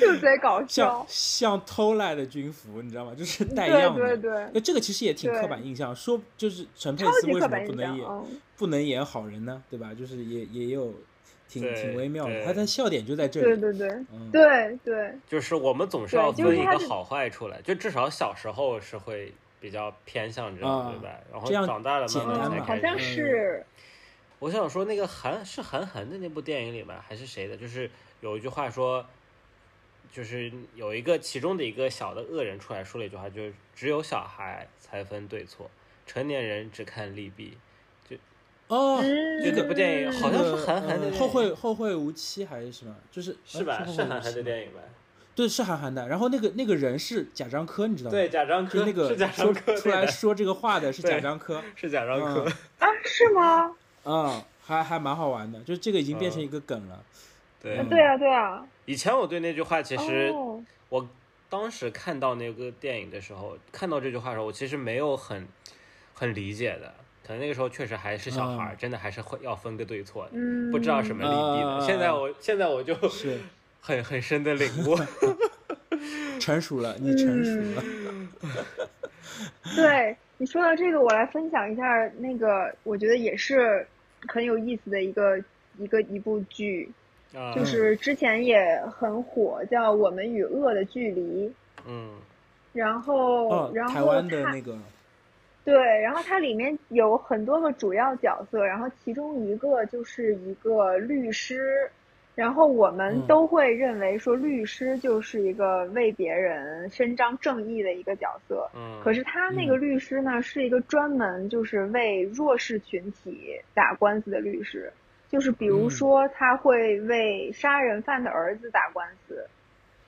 Speaker 2: 就贼搞
Speaker 3: 像
Speaker 2: 笑。
Speaker 3: 像偷来的军服，你知道吗？ 就是带
Speaker 2: 对
Speaker 3: 样的。哎
Speaker 2: 对对
Speaker 3: 那这个其实也挺
Speaker 2: 对
Speaker 3: 刻板印象，说就是陈佩
Speaker 2: 超
Speaker 3: 斯
Speaker 2: 级
Speaker 3: 为
Speaker 2: 刻
Speaker 3: 什么
Speaker 2: 板
Speaker 3: 不
Speaker 2: 印
Speaker 3: 能
Speaker 2: 象，
Speaker 3: 演
Speaker 2: 嗯，
Speaker 3: 不能演好人呢？对吧？就是也也有挺
Speaker 1: 对
Speaker 3: 挺微妙的，
Speaker 1: 对
Speaker 3: 他的笑点就在这
Speaker 2: 对
Speaker 3: 里。
Speaker 2: 对对
Speaker 3: 嗯，
Speaker 2: 对对，
Speaker 1: 就是我们总是要
Speaker 2: 对就是
Speaker 1: 分一
Speaker 2: 他
Speaker 1: 个
Speaker 2: 是
Speaker 1: 好坏出来，就至少小时候是会比较偏向这样，
Speaker 3: 啊
Speaker 1: 对吧？然
Speaker 3: 这样
Speaker 1: 后长大了慢
Speaker 3: 简单
Speaker 1: 慢才
Speaker 2: 嗯，
Speaker 3: 嘛
Speaker 2: 好
Speaker 1: 开始。
Speaker 2: 像是，
Speaker 1: 我想说那个韩是韩寒的那部电影里面还是谁的？就是有一句话说，就是有一个其中的一个小的恶人出来说了一句话，就是只有小孩才分对错，成年人只看利弊。
Speaker 3: 哦，
Speaker 1: 就
Speaker 2: 嗯，
Speaker 1: 那部电影好像是韩寒的
Speaker 3: 呃
Speaker 1: 电
Speaker 3: 后
Speaker 1: 影
Speaker 3: 会后会无期还是什么？就是
Speaker 1: 是吧？
Speaker 3: 呃
Speaker 1: 是
Speaker 3: 是
Speaker 1: 韩寒的
Speaker 3: 影，
Speaker 1: 电影吧？
Speaker 3: 对，是韩寒的。然后那个那个人是贾樟柯，你知道吗？
Speaker 1: 对，，贾樟
Speaker 3: 嗯就
Speaker 1: 柯
Speaker 3: 那个
Speaker 1: 是贾樟
Speaker 3: 说
Speaker 1: 柯
Speaker 3: 出
Speaker 1: 对
Speaker 3: 来
Speaker 1: 的，
Speaker 3: 说这个话的是
Speaker 1: 对
Speaker 3: 贾樟柯，
Speaker 1: 是贾樟柯
Speaker 3: 嗯。
Speaker 2: 啊，是吗？
Speaker 3: 嗯，还还蛮好玩的，就这个已经变成一个梗了。
Speaker 1: 对
Speaker 3: 嗯
Speaker 2: 对啊，对啊，
Speaker 1: 以前我对那句话其实
Speaker 2: 哦，
Speaker 1: 我当时看到那个电影的时候，看到这句话的时候，我其实没有很很理解的，可能那个时候确实还是小孩
Speaker 3: 嗯
Speaker 1: 儿，真的还是会要分个对错的，
Speaker 2: 嗯，
Speaker 1: 不知道什么利弊的。
Speaker 3: 啊
Speaker 1: 现在我现在我就是很很深的 领悟，
Speaker 3: 成熟了，你成
Speaker 2: 嗯
Speaker 3: 熟了。
Speaker 2: 对你说到这个，我来分享一下那个，我觉得也是很有意思的一个一个一部剧，
Speaker 1: 啊
Speaker 2: 就，是之前也很火，叫《我们与恶的距离》。
Speaker 1: 嗯
Speaker 2: 然后，
Speaker 3: 哦，
Speaker 2: 然
Speaker 3: 台
Speaker 2: 后
Speaker 3: 湾的
Speaker 2: 它
Speaker 3: 那个
Speaker 1: 哦
Speaker 2: 对，然后它里面有很多个主要角色，然后其中一个就是一个律师，然后我们
Speaker 3: 嗯
Speaker 2: 都会认为说律师就是一个为别人伸张正义的一个角色，
Speaker 1: 嗯，
Speaker 2: 可是他那个律师呢，是一个专门就是为弱势群体打官司的律师，就是比如
Speaker 3: 嗯
Speaker 2: 说他会为杀人犯的儿子打官司，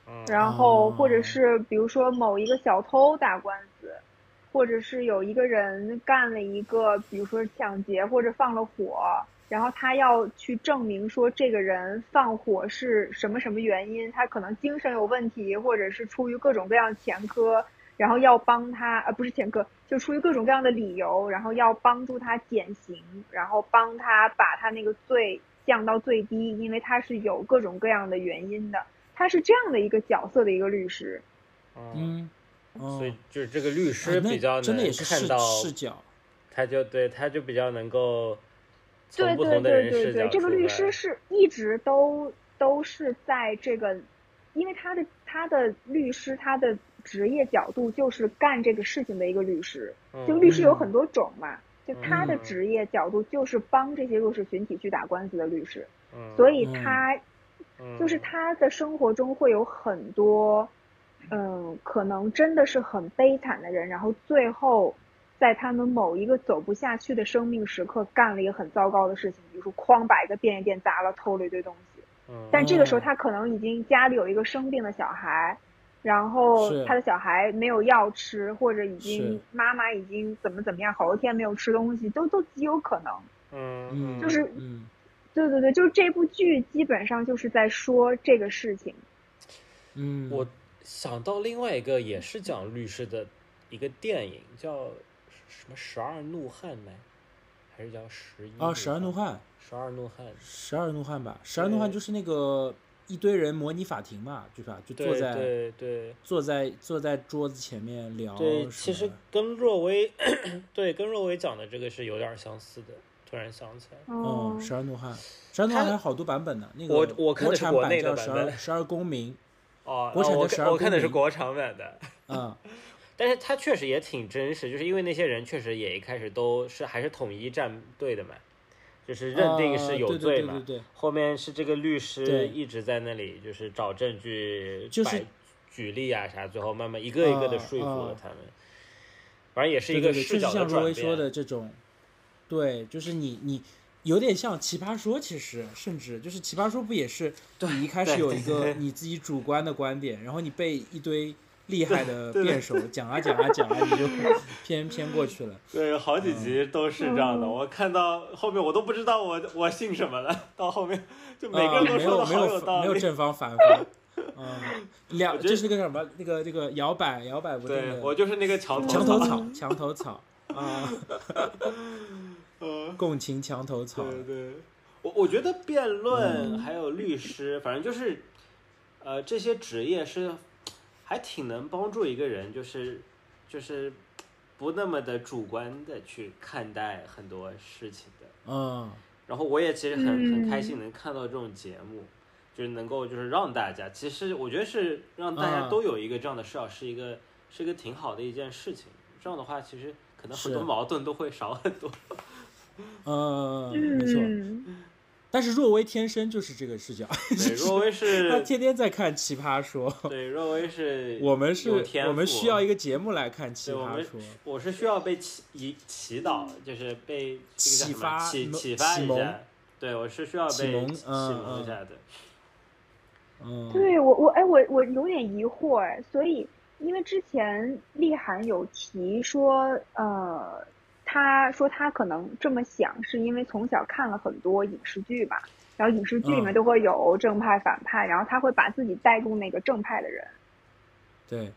Speaker 1: 嗯
Speaker 2: 然后
Speaker 3: 哦
Speaker 2: 或者是比如说某一个小偷打官司，或者是有一个人干了一个，比如说抢劫或者放了火，然后他要去证明说这个人放火是什么什么原因，他可能精神有问题，或者是出于各种各样前科，然后要帮他，呃，不是前科，就出于各种各样的理由，然后要帮助他减刑，然后帮他把他那个罪降到最低，因为他是有各种各样的原因的。他是这样的一个角色的一个律师，
Speaker 1: 嗯，
Speaker 3: 嗯，哦
Speaker 1: 所以就是这个律师
Speaker 3: 啊那
Speaker 1: 比较
Speaker 3: 真的
Speaker 1: 能
Speaker 3: 也是
Speaker 1: 看
Speaker 3: 视
Speaker 1: 到，
Speaker 3: 视角。
Speaker 1: 他就对他就比较能够
Speaker 2: 对
Speaker 1: 从不
Speaker 2: 对
Speaker 1: 同的
Speaker 2: 对
Speaker 1: 人
Speaker 2: 对
Speaker 1: 视角
Speaker 2: 对，这个
Speaker 1: 出
Speaker 2: 律
Speaker 1: 来
Speaker 2: 师是一直都都是在这个，因为他的他的律师他的职业角度就是干这个事情的一个律师，
Speaker 1: 嗯
Speaker 2: 这个律师有很多种嘛，就他的
Speaker 1: 嗯
Speaker 2: 职业角度就是帮这些弱势群体去打官司的律师，
Speaker 1: 嗯
Speaker 2: 所以他就是
Speaker 1: 嗯
Speaker 2: 他的生活中会有很多，嗯，可能真的是很悲惨的人，然后最后在他们某一个走不下去的生命时刻，干了一个很糟糕的事情，比如说哐把一个便利店砸了，偷了一堆东西。
Speaker 1: 嗯
Speaker 2: 但这个时候
Speaker 3: 哦
Speaker 2: 他可能已经家里有一个生病的小孩，然后
Speaker 3: 是
Speaker 2: 他的小孩没有药吃，或者已经
Speaker 3: 是
Speaker 2: 妈妈已经怎么怎么样，好多天没有吃东西，都都极有可能。
Speaker 1: 嗯，
Speaker 2: 就是
Speaker 3: 嗯，
Speaker 2: 对对对，就是这部剧基本上就是在说这个事情。
Speaker 3: 嗯，
Speaker 1: 我想到另外一个也是讲律师的一个电影，叫什么《十二怒汉》呢？还是叫十一？
Speaker 3: 啊，十二怒，汉，
Speaker 1: 十二怒汉，
Speaker 3: 十二怒汉吧，十二怒汉
Speaker 1: 对
Speaker 3: 就是那个一堆人模拟法庭嘛，对吧？就坐
Speaker 1: 对
Speaker 3: 在
Speaker 1: 对对
Speaker 3: 坐在坐在桌子前面聊什
Speaker 1: 对，
Speaker 3: 么
Speaker 1: 其实
Speaker 3: 哦的
Speaker 1: 跟若薇 对跟若薇讲的这个是有点相似的。突然想起来，
Speaker 2: 嗯
Speaker 3: 哦，十二怒汉，十二怒
Speaker 1: 他
Speaker 3: 汉还有好多版本呢。那个
Speaker 1: 我我看
Speaker 3: 国
Speaker 1: 的是
Speaker 3: 产
Speaker 1: 国
Speaker 3: 版
Speaker 1: 内的
Speaker 3: 叫
Speaker 1: 版
Speaker 3: 十
Speaker 1: 本
Speaker 3: 二十二公民
Speaker 1: 哦，
Speaker 3: 国
Speaker 1: 哦
Speaker 3: 产的
Speaker 1: 我
Speaker 3: 十
Speaker 1: 看
Speaker 3: 二
Speaker 1: 我看的是
Speaker 3: 公民
Speaker 1: 国产版的，
Speaker 3: 啊，
Speaker 1: 但是它确实也挺真实，就是因为那些人确实也一开始都是还是统一站队的嘛，就是 认定
Speaker 3: 啊
Speaker 1: 是有
Speaker 3: 对
Speaker 1: 罪
Speaker 3: 对
Speaker 1: 嘛，
Speaker 3: 对对对，
Speaker 1: 后面是这个律
Speaker 3: 对
Speaker 1: 师一直在那里，就是找证据，
Speaker 3: 就是
Speaker 1: 摆举例啊啥，最后慢慢一个一个的
Speaker 3: 啊
Speaker 1: 说服了
Speaker 3: 啊
Speaker 1: 他们。反正也是一
Speaker 3: 对
Speaker 1: 个
Speaker 3: 对对
Speaker 1: 视
Speaker 3: 就是
Speaker 1: 角的
Speaker 3: 像若
Speaker 1: 转
Speaker 3: 薇
Speaker 1: 变。
Speaker 3: 说的这种，对，就是你你有点像《奇葩说》，其实甚至就是《奇葩说》不也是你一开始
Speaker 1: 对
Speaker 3: 有
Speaker 1: 对
Speaker 3: 一
Speaker 1: 对
Speaker 3: 个
Speaker 1: 对
Speaker 3: 你自己主观的观点，然后你被一堆厉害的辩手讲啊讲啊讲啊，你就 偏偏过去了。
Speaker 1: 对，好几集都是这样的。
Speaker 2: 嗯
Speaker 1: 我看到后面我都不知道我我信什么了，到后面就每
Speaker 3: 啊，
Speaker 1: 个人都
Speaker 3: 没
Speaker 1: 说的
Speaker 3: 有
Speaker 1: 好
Speaker 3: 没有
Speaker 1: 道
Speaker 3: 没有
Speaker 1: 理。
Speaker 3: 正方反方， 嗯，两
Speaker 1: 我觉得
Speaker 3: 就是那个什么那个那个摇摆摇摆不定
Speaker 1: 对
Speaker 3: 的
Speaker 1: 我就是那个墙头
Speaker 3: 墙头
Speaker 1: 草。
Speaker 3: 草墙头草啊，
Speaker 1: 嗯，
Speaker 3: 共情墙头草，嗯
Speaker 1: 对对，我我觉得辩论还有律师，反正就是。呃，这些职业是还挺能帮助一个人，就是就是不那么的主观的去看待很多事情的。
Speaker 3: 嗯，
Speaker 1: 然后我也其实很很开心
Speaker 2: 嗯
Speaker 1: 能看到这种节目，就是能够就是让大家，其实我觉得是让大家
Speaker 3: 嗯
Speaker 1: 都有一个这样的视角，是一个是一个挺好的一件事情。这样的话，其实可能很多
Speaker 3: 是
Speaker 1: 矛盾都会少很多。
Speaker 3: 嗯，没错。
Speaker 2: 嗯，
Speaker 3: 但是若薇天生就是这个视角，
Speaker 1: 对，若薇
Speaker 3: 她
Speaker 1: 是，
Speaker 3: 天天在看《奇葩说》
Speaker 1: 对，若薇是，
Speaker 3: 我们是
Speaker 1: 有天，赋
Speaker 3: 我们需要一个节目来看《奇
Speaker 1: 对，我
Speaker 3: 葩
Speaker 1: 们
Speaker 3: 说》，
Speaker 1: 我是需要被祈祈祈祷，就是被这个叫
Speaker 3: 启
Speaker 1: 什么
Speaker 3: 发
Speaker 1: 启
Speaker 3: 蒙
Speaker 1: 启发
Speaker 3: 启
Speaker 1: 一
Speaker 3: 蒙
Speaker 1: 下。对，我是需要被
Speaker 3: 启蒙
Speaker 1: 启
Speaker 3: 嗯
Speaker 1: 蒙
Speaker 3: 嗯
Speaker 1: 一下的。
Speaker 3: 嗯，
Speaker 2: 对我我哎我我有点疑惑哎，所以因为之前丽涵有提说，呃，她说她可能这么想是因为从小看了很多影视剧吧，然后影视剧里面
Speaker 3: 嗯
Speaker 2: 都会有正派反派，然后她会把自己带入那个正派的人。
Speaker 3: 对，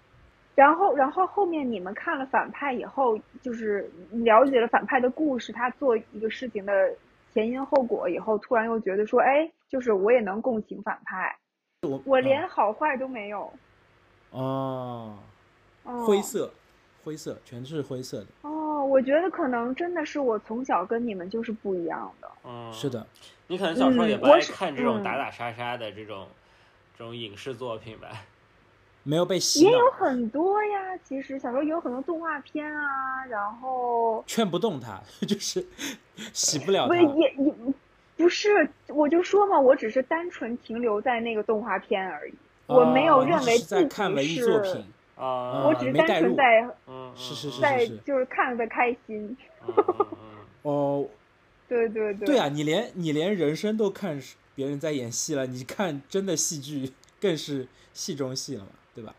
Speaker 2: 然后，然后后面你们看了反派以后，就是了解了反派的故事，他做一个事情的前因后果以后，突然又觉得说，哎，就是我也能共情反派，
Speaker 3: 我
Speaker 2: 我
Speaker 3: 嗯
Speaker 2: 连好坏都没有。
Speaker 3: 哦，
Speaker 2: 哦
Speaker 3: 灰色，灰色，全是灰色的，
Speaker 2: 哦，我觉得可能真的是我从小跟你们就是不一样的。
Speaker 1: 嗯，
Speaker 3: 是。的，
Speaker 1: 你可能小时候也
Speaker 2: 嗯
Speaker 1: 不
Speaker 2: 我
Speaker 1: 爱
Speaker 2: 是
Speaker 1: 看这种
Speaker 2: 嗯
Speaker 1: 打打杀杀的这种、这种影视作品吧？
Speaker 3: 没有被洗
Speaker 2: 也有
Speaker 3: 脑，
Speaker 2: 很多呀，其实小时候有很多动画片啊，然后
Speaker 3: 劝不动他， 就是洗不了
Speaker 2: 不
Speaker 3: 他
Speaker 2: 是，也也不是，我就说嘛，我只是单纯停留在那个动画片而已，我没有
Speaker 3: 哦你
Speaker 2: 认
Speaker 3: 只
Speaker 2: 为
Speaker 3: 是在
Speaker 2: 自己
Speaker 3: 看文艺作
Speaker 2: 是
Speaker 3: 品，
Speaker 1: 啊，
Speaker 2: 我
Speaker 3: 嗯
Speaker 2: 只是
Speaker 3: 没
Speaker 2: 单
Speaker 3: 带
Speaker 2: 纯
Speaker 3: 入
Speaker 2: 在
Speaker 1: 嗯，嗯
Speaker 3: 是是是
Speaker 2: 在就是看的开心，
Speaker 1: 嗯嗯嗯
Speaker 3: 哦，
Speaker 2: 对对对。
Speaker 3: 对啊，你连你连人生都看是别人在演戏了，你看真的戏剧更是戏中戏了嘛，对吧？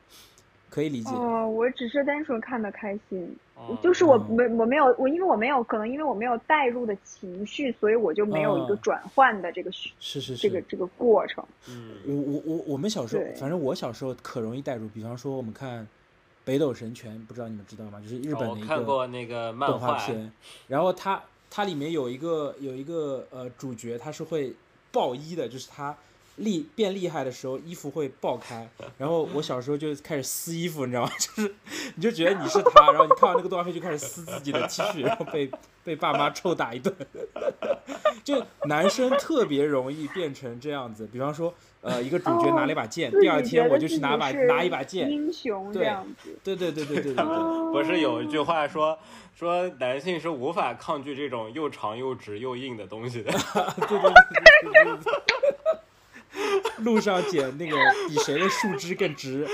Speaker 3: 可以理解，
Speaker 2: 哦，我只是单纯看的开心，
Speaker 1: 嗯
Speaker 2: 就是我
Speaker 3: 哦
Speaker 2: 没我没有我，因为我没有可能因为我没有带入的情绪，所以我就没有一个
Speaker 3: 哦
Speaker 2: 转换的这个需
Speaker 3: 是是
Speaker 2: 这
Speaker 3: 是。
Speaker 2: 个这个过程。
Speaker 1: 嗯
Speaker 3: 我我我我们小时候
Speaker 2: 对，
Speaker 3: 反正我小时候可容易代入，比方说我们看《北斗神拳》，不知道你们知道吗？就是日
Speaker 1: 哦
Speaker 3: 本
Speaker 1: 我
Speaker 3: 的一
Speaker 1: 看
Speaker 3: 个
Speaker 1: 过那个漫
Speaker 3: 动画
Speaker 1: 画，
Speaker 3: 片，然后它它里面有一个有一个呃主角，他是会爆衣的，就是他厉变厉害的时候衣服会爆开，然后我小时候就开始撕衣服，你知道吗？ 就是你就觉得你是他，然后你看完那个动画片就开始撕自己的 T 恤，然后被被爸妈臭打一顿。 就男生特别容易变成这样子，比方说，呃，一个主角拿了一把剑，
Speaker 2: 自
Speaker 3: 第二
Speaker 2: 己
Speaker 3: 天
Speaker 2: 哦觉
Speaker 3: 我
Speaker 2: 得
Speaker 3: 就
Speaker 2: 自
Speaker 3: 去
Speaker 2: 己
Speaker 3: 拿把
Speaker 2: 是
Speaker 3: 拿一把剑，
Speaker 2: 英雄这
Speaker 3: 对
Speaker 2: 样子。
Speaker 3: 对对对对对对对，
Speaker 1: 不是有一句话说说男性是无法抗拒这种又长又直又硬的东 西的？
Speaker 3: 路上捡那个比谁的树枝更直，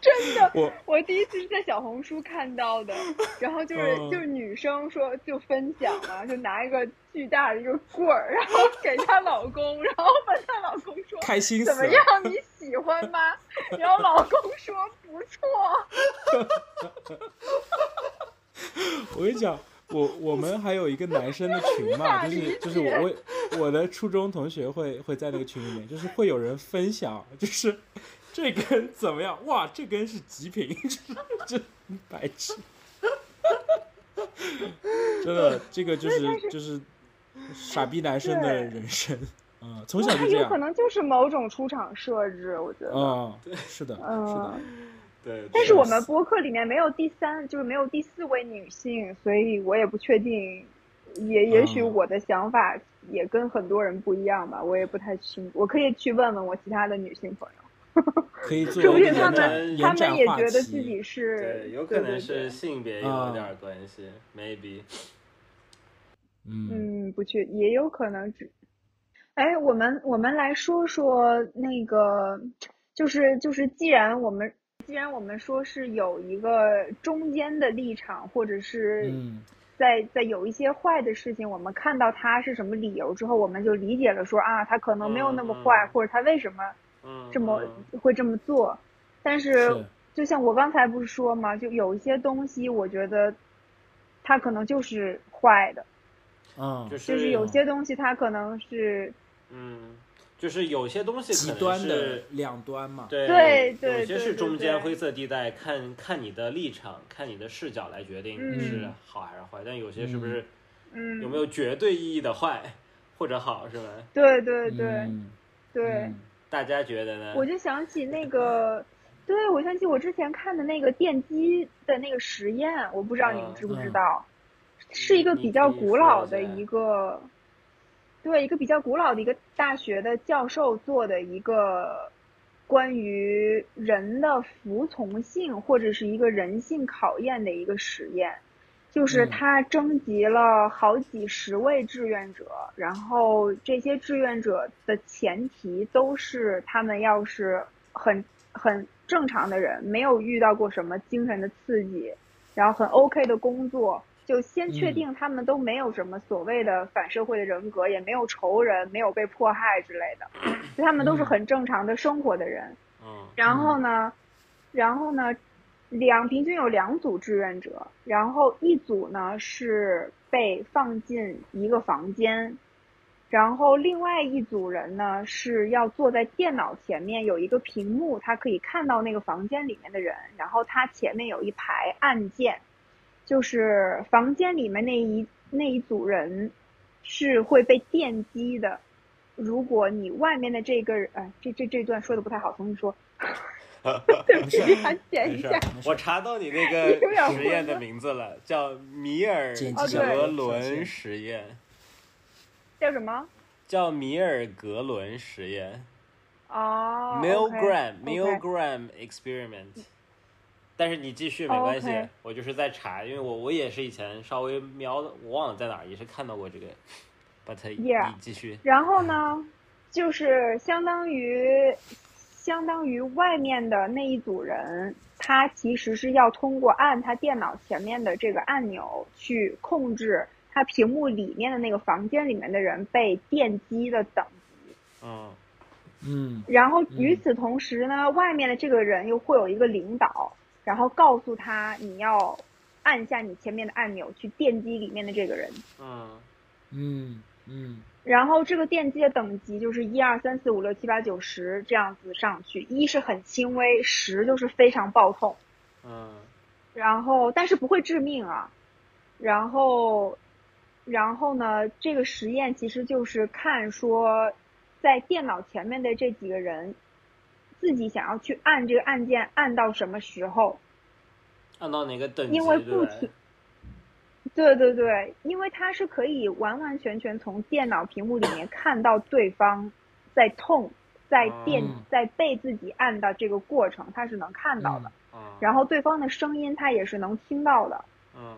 Speaker 2: 真的，
Speaker 3: 我
Speaker 2: 我第一次是在小红书看到 的，然后就是、
Speaker 3: 嗯
Speaker 2: 就是女生说就分享嘛，就拿一个巨大的一个棍儿，然后给她老公，然后问她老公说
Speaker 3: 开心死
Speaker 2: 怎么
Speaker 3: 了
Speaker 2: 样，你喜欢 吗？然后老公说不错，
Speaker 3: 我跟你讲，我我们还有一个男生的群嘛，就是就是我我我的初中同学会会在那个群里面，就是会有人分享，就是这根怎么样？哇，这根是极品，这这白痴，真的，这个就是就是傻逼男生的人生，嗯，从小
Speaker 2: 那
Speaker 3: 就这
Speaker 2: 哎有可
Speaker 3: 样，
Speaker 2: 能就是某种出场设置，我觉得。
Speaker 3: 嗯，是的，是的，
Speaker 2: 嗯，
Speaker 1: 对，
Speaker 2: 但是我
Speaker 1: 对
Speaker 2: 们播客里面没有第三，就是没有第四位女性，所以我也不确定，也也许
Speaker 3: 嗯
Speaker 2: 我的想法也跟很多人不一样吧，我也不太清，我可以去问问我其他的女性朋友，
Speaker 3: 可以做
Speaker 2: 说不定
Speaker 3: 延
Speaker 2: 他
Speaker 3: 展
Speaker 2: 们他
Speaker 3: 延展
Speaker 2: 们也
Speaker 3: 话
Speaker 2: 觉得
Speaker 3: 题
Speaker 2: 自己是
Speaker 1: 对，有可能
Speaker 2: 对
Speaker 1: 是
Speaker 2: 对
Speaker 1: 性别有点关系，maybe。
Speaker 3: 嗯
Speaker 2: 嗯，不去，也有可能只。哎，我们我们来说说那个，就是就是，既然我们既然我们说是有一个中间的立场，或者是
Speaker 3: 嗯
Speaker 2: 在在有一些坏的事情，我们看到它是什么理由之后，我们就理解了说啊，它可能没有那么
Speaker 1: 嗯
Speaker 2: 坏，
Speaker 1: 嗯
Speaker 2: 或者它为什么
Speaker 1: 嗯，
Speaker 2: 这么
Speaker 1: 嗯
Speaker 2: 会这么做。但
Speaker 3: 是
Speaker 2: 是就像我刚才不是说嘛，就有一些东西，我觉得它可能就是坏的。
Speaker 3: 嗯
Speaker 1: 就。
Speaker 2: 就是有些东西它可能是
Speaker 1: 嗯，就是有些东西
Speaker 3: 极
Speaker 1: 可能
Speaker 3: 端的
Speaker 1: 是
Speaker 3: 两端嘛，
Speaker 1: 对
Speaker 2: 对对
Speaker 1: 有些
Speaker 2: 对
Speaker 1: 是
Speaker 2: 对
Speaker 1: 中间
Speaker 2: 对
Speaker 1: 灰色地带，看看你的立场，看你的视角来决定
Speaker 2: 嗯
Speaker 1: 是好还是坏。但有些是不是
Speaker 2: 嗯，
Speaker 1: 有没有绝对意义的坏或者好，是吧？
Speaker 2: 对对对，
Speaker 3: 嗯
Speaker 2: 对，
Speaker 3: 嗯
Speaker 1: 大家觉得呢？
Speaker 2: 我就想起那个，对我想起我之前看的那个电击的那个实验，我不知道你们
Speaker 1: 嗯
Speaker 2: 知不知
Speaker 3: 嗯
Speaker 2: 道，是一个
Speaker 1: 你
Speaker 2: 比较
Speaker 1: 你
Speaker 2: 古
Speaker 1: 说
Speaker 2: 老
Speaker 1: 一下
Speaker 2: 的一个，对，一个比较古老的一个大学的教授做的一个关于人的服从性或者是一个人性考验的一个实验。就是
Speaker 3: 嗯
Speaker 2: 他征集了好几十位志愿者，然后这些志愿者的前提都是他们要是很很正常的人，没有遇到过什么精神的刺激，然后很 OK 的工作，就先确
Speaker 3: 嗯
Speaker 2: 定他们都没有什么所谓的反社会的人格，也没有仇人，没有被迫害之类 的，就他们都是
Speaker 3: 嗯
Speaker 2: 很正常的生活的人。
Speaker 1: 嗯
Speaker 2: 然后呢，然后呢，两平均有两组志愿者，然后一组呢是被放进一个房间，然后另外一组人呢是要坐在电脑前面有一个屏幕，他可以看到那个房间里面的人，然后他前面有一排按键，就是房间里面那一那一组人是会被电击的。如果你外面的这个人，哎，这这这段说的不太好，重新说。对不起，还剪
Speaker 1: 没
Speaker 2: 一
Speaker 1: 事
Speaker 2: 下
Speaker 1: 儿。，我查到你那个
Speaker 2: 哎 有点混
Speaker 1: 实验的名字了，叫米尔
Speaker 3: 剪
Speaker 2: 辑小
Speaker 1: 格
Speaker 3: 哥上
Speaker 1: 伦
Speaker 3: 线
Speaker 1: 实验，
Speaker 2: 哦叫什么？
Speaker 1: 叫米尔格伦实验
Speaker 2: 哦
Speaker 1: （Milgram
Speaker 2: OK，OK
Speaker 1: Milgram Experiment）。但是你继续没关系
Speaker 2: 哦 OK
Speaker 1: 我就是在查，因为我我也是以前稍微瞄，我忘了在哪儿，也是看到过这个。But 你
Speaker 2: Yeah
Speaker 1: 继续，
Speaker 2: 然后呢，就是相当于相当于外面的那一组人，他其实是要通过按他电脑前面的这个按钮去控制他屏幕里面的那个房间里面的人被电击的等
Speaker 1: 嗯
Speaker 3: 嗯
Speaker 2: 然后与此同时呢，外面的这个人又会有一个领导，然后告诉他你要按下你前面的按钮去电击里面的这个人。
Speaker 1: 嗯
Speaker 3: 嗯嗯
Speaker 2: 然后这个电击的等级就是一二三四五六七八九十这样子上去，一是很轻微，十就是非常爆痛，
Speaker 1: 嗯
Speaker 2: 然后但是不会致命啊。然后，然后呢，这个实验其实就是看说，在电脑前面的这几个人，自己想要去按这个按键按到什么时候，
Speaker 1: 按到哪个等级？
Speaker 2: 因为
Speaker 1: 对
Speaker 2: 不
Speaker 1: 吧
Speaker 2: 停对对对，因为它是可以完完全全从电脑屏幕里面看到对方在痛、在电
Speaker 3: 嗯、
Speaker 2: 在被自己按的这个过程，它是能看到的。
Speaker 1: 嗯，
Speaker 2: 然后对方的声音，它也是能听到的。
Speaker 1: 嗯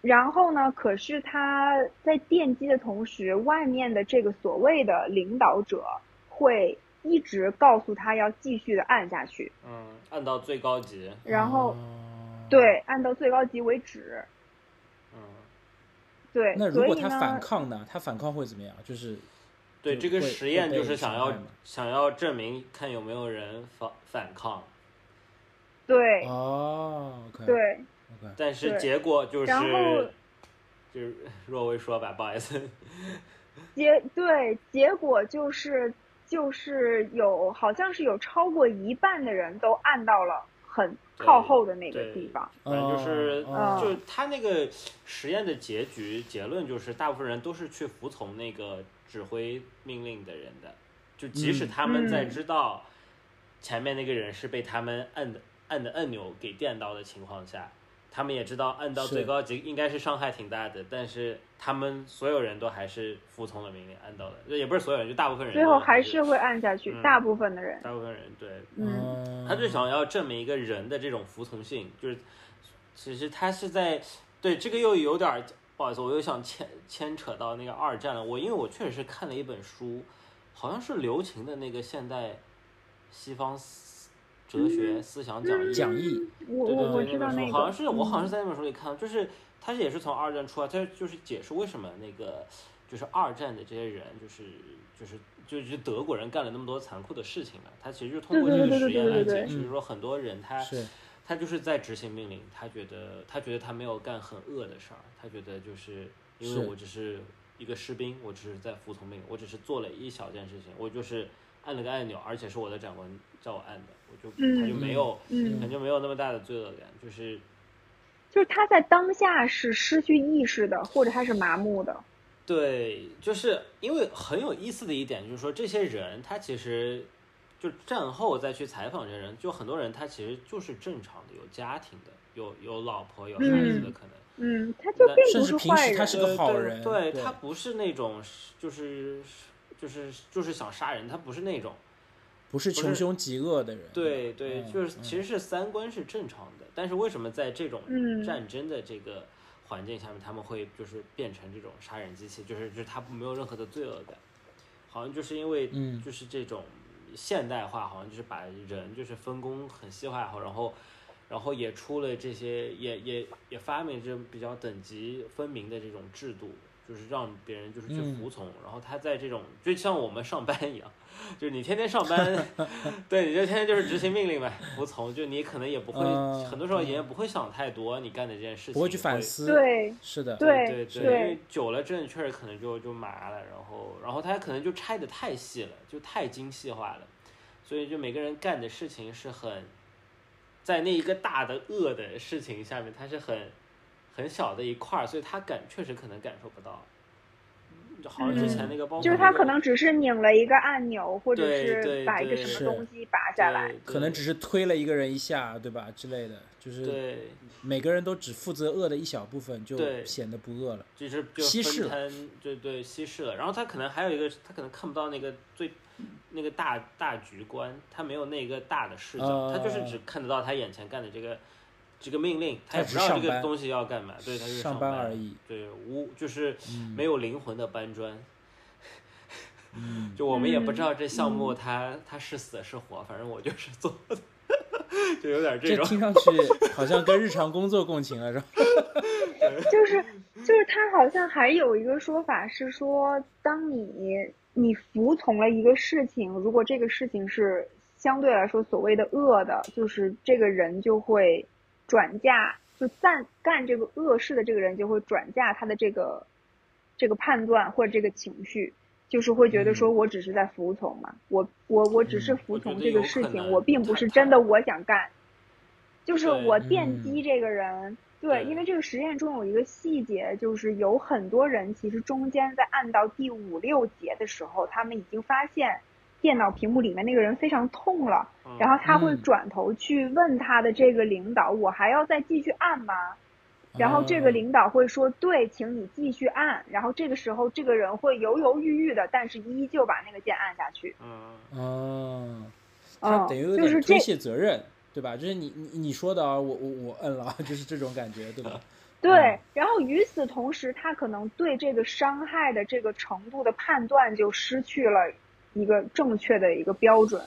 Speaker 2: 然后呢，可是他在电击的同时，外面的这个所谓的领导者会一直告诉他要继续的按下去，
Speaker 1: 嗯，按到最高级，
Speaker 2: 然后、
Speaker 3: 哦
Speaker 2: 对按到最高级为止。
Speaker 1: 嗯。
Speaker 2: 对，
Speaker 3: 那如
Speaker 2: 所
Speaker 3: 果
Speaker 2: 以
Speaker 3: 他
Speaker 2: 呢
Speaker 3: 反抗呢？他反抗会怎么样？就是
Speaker 1: 对
Speaker 3: 就
Speaker 1: 这个
Speaker 3: 会
Speaker 1: 实验，
Speaker 3: 会
Speaker 1: 就
Speaker 3: 被
Speaker 1: 是想
Speaker 3: 伤
Speaker 1: 要
Speaker 3: 害吗
Speaker 1: 想要证明看有没有人反反抗，
Speaker 2: 对、
Speaker 3: 哦，OK，
Speaker 2: 对，
Speaker 3: ，OK，
Speaker 1: 但是
Speaker 2: 对
Speaker 1: 结果就是
Speaker 2: 然后
Speaker 1: 就是若薇说吧，不好意思，
Speaker 2: 结对结果就是就是有好像是有超过一半的人都按到了很靠
Speaker 1: 对
Speaker 2: 后的那个
Speaker 1: 对
Speaker 2: 地方。
Speaker 1: 反正就是、
Speaker 3: 哦
Speaker 2: 哦
Speaker 1: 就是他那个实验的结局结论就是，大部分人都是去服从那个指挥命令的人的，就即使
Speaker 3: 嗯
Speaker 1: 他们在
Speaker 2: 嗯
Speaker 1: 知道前面那个人是被他们摁的摁的按钮给电到的情况下，他们也知道摁到
Speaker 3: 是
Speaker 1: 最高级应该是伤害挺大的，但是他们所有人都还是服从了命令按到的，也不是所有人，就大部分人
Speaker 2: 最后
Speaker 1: 都还
Speaker 2: 还是会按下去，
Speaker 1: 嗯
Speaker 2: 大部分的人，
Speaker 1: 大部分人对
Speaker 2: 嗯，
Speaker 3: 嗯，
Speaker 1: 他就想要证明一个人的这种服从性，就是其实他是在对这个又有点儿不好意思，我又想牵牵扯到那个二战了。我因为我确实是看了一本书，好像是刘擎的那个现代西方思哲学思想讲义，
Speaker 3: 讲义，
Speaker 2: 我
Speaker 1: 对对
Speaker 2: 我我
Speaker 1: 对，
Speaker 2: 知
Speaker 1: 那
Speaker 2: 道
Speaker 1: 本
Speaker 2: 那
Speaker 1: 书
Speaker 2: 个，
Speaker 1: 好像是我好像
Speaker 2: 嗯
Speaker 1: 是在那本书里看到，就是他也是从二战出来，他就是解释为什么那个就是二战的这些人就是就是就是德国人干了那么多残酷的事情嘛，他其实就通过
Speaker 2: 对
Speaker 1: 这个
Speaker 2: 对对对
Speaker 1: 实验
Speaker 2: 对
Speaker 1: 来
Speaker 2: 对
Speaker 1: 解
Speaker 2: 对
Speaker 1: 释，就是说很多人他
Speaker 3: 是
Speaker 1: 他就是在执行命令，他觉得他觉得他没有干很恶的事儿，他觉得就是因为
Speaker 3: 是
Speaker 1: 我只是一个士兵，我只是在服从命令，我只是做了一小件事情，我就是按了个按钮，而且是我的长官叫我按的，我就他就没有，
Speaker 2: 嗯
Speaker 1: 感觉没有那么大的罪恶感，就是
Speaker 2: 就是他在当下是失去意识的，或者他是麻木的，
Speaker 1: 对，就是因为很有意思的一点就是说，这些人他其实就战后再去采访这些人，就很多人他其实就是正常的，有家庭的，有有老婆有孩子的
Speaker 2: 嗯
Speaker 1: 可能。
Speaker 2: 嗯，他就
Speaker 1: 那
Speaker 2: 并
Speaker 3: 甚
Speaker 2: 不
Speaker 3: 至
Speaker 2: 是
Speaker 3: 平
Speaker 2: 坏
Speaker 3: 时
Speaker 2: 人，
Speaker 3: 他是个好人，
Speaker 1: 对
Speaker 3: 对
Speaker 1: 他不是那种就是就是就是想杀人，他不是那种。
Speaker 3: 不是
Speaker 1: 不
Speaker 3: 穷
Speaker 1: 是
Speaker 3: 凶极恶的人。
Speaker 1: 对对，
Speaker 3: 嗯
Speaker 1: 就是其实是三观是正常的，但是为什么在这种
Speaker 2: 嗯
Speaker 1: 战争的这个环境下面，他们会就是变成这种杀人机器，就是就是他没有任何的罪恶感，好像就是因为
Speaker 3: 嗯
Speaker 1: 就是这种现代化，好像就是把人就是分工很细化好，然后然后也出了这些也也也发明这种比较等级分明的这种制度。就是让别人就是去
Speaker 3: 嗯
Speaker 1: 服从，然后他在这种就像我们上班一样， 就是你天天上 班，对，你就天天就是执行命令呗，服从。就你可能也不会，
Speaker 3: 嗯
Speaker 1: 很多时候也不会想太多，你干的这件事情
Speaker 3: 不会去反。思。，
Speaker 2: 对
Speaker 3: 是的，
Speaker 1: 对对对，
Speaker 2: 对
Speaker 1: 因为久了真的确实可能就就麻了，然后然后他可能就拆的太细了，就太精细化了，所以就每个人干的事情是很，在那一个大的恶的事情下面，它是很很小的一块儿，所以他感确实可能感受不到。就好像之前那个包括、那个
Speaker 2: 嗯就是他可能只是拧了一个按钮，或者
Speaker 1: 对对
Speaker 2: 是把一个
Speaker 1: 对
Speaker 2: 什
Speaker 3: 是
Speaker 2: 么东西拔下来。
Speaker 1: 对
Speaker 3: 可能只是推了一个人一下，对吧？之类的，就是
Speaker 1: 对，
Speaker 3: 每个人都只负责恶的一小部分，就
Speaker 1: 对
Speaker 3: 显得不恶了。
Speaker 1: 就是就
Speaker 3: 稀释
Speaker 1: 分
Speaker 3: 了
Speaker 1: 摊，对对稀释了。然后他可能还有一个，他可能看不到那个最那个大大局观，他没有那个大的视角，
Speaker 3: 呃
Speaker 1: 他就是只看得到他眼前干的这个这个命令，
Speaker 3: 他
Speaker 1: 也不
Speaker 3: 只
Speaker 1: 知道
Speaker 3: 上
Speaker 1: 这个
Speaker 3: 班
Speaker 1: 东西要干嘛，对，他就是
Speaker 3: 上
Speaker 1: 班
Speaker 3: 班而已。嗯
Speaker 1: 对，无就是没有灵魂的搬砖。
Speaker 3: 嗯
Speaker 1: 就我们也不知道这项
Speaker 2: 嗯
Speaker 1: 目它、它是死是活，反正我就是做的， 就有点这
Speaker 3: 这
Speaker 1: 种。
Speaker 3: 听上去好像跟日常工作共情了，是吧？
Speaker 2: 就是就是他好像还有一个说法是说，当你你服从了一个事情，如果这个事情是相对来说所谓的恶的，就是这个人就会转嫁，就干干这个恶事的这个人就会转嫁他的这个这个判断或者这个情绪。就是会觉得说，我只是在服从嘛，我我我只是服
Speaker 1: 嗯我
Speaker 2: 从
Speaker 1: 觉得
Speaker 2: 这个
Speaker 1: 有
Speaker 2: 事
Speaker 1: 可
Speaker 2: 情，
Speaker 1: 能
Speaker 2: 我并不
Speaker 1: 他
Speaker 2: 是
Speaker 1: 他
Speaker 2: 真的我想干，就是
Speaker 1: 对
Speaker 2: 我奠
Speaker 3: 嗯
Speaker 2: 基这个人，对，
Speaker 1: 对
Speaker 2: 因为这个实验中有一个细节，就是有很多人其实中间在按到第五六节的时候，他们已经发现电脑屏幕里面那个人非常痛了，
Speaker 1: 嗯
Speaker 2: 然后他会
Speaker 3: 嗯
Speaker 2: 转头去问他的这个领导：“我还要再继续按吗？” 然后这个
Speaker 3: 哦
Speaker 2: 领导会说：“对，请你继续按。”然后这个时候，这个人会犹犹豫豫的，但是依旧把那个键按下去。
Speaker 1: 嗯
Speaker 3: 哦，他
Speaker 2: 嗯，
Speaker 3: 等于
Speaker 2: 就
Speaker 3: 有点
Speaker 2: 是这
Speaker 3: 推卸责任，对吧？就是你你你说的啊，我我我摁了啊， 就是这种感觉，对吧？
Speaker 2: 对，然后与此同时，他可能对这个伤害的这个程度的判断就失去了一个正确的一个标准。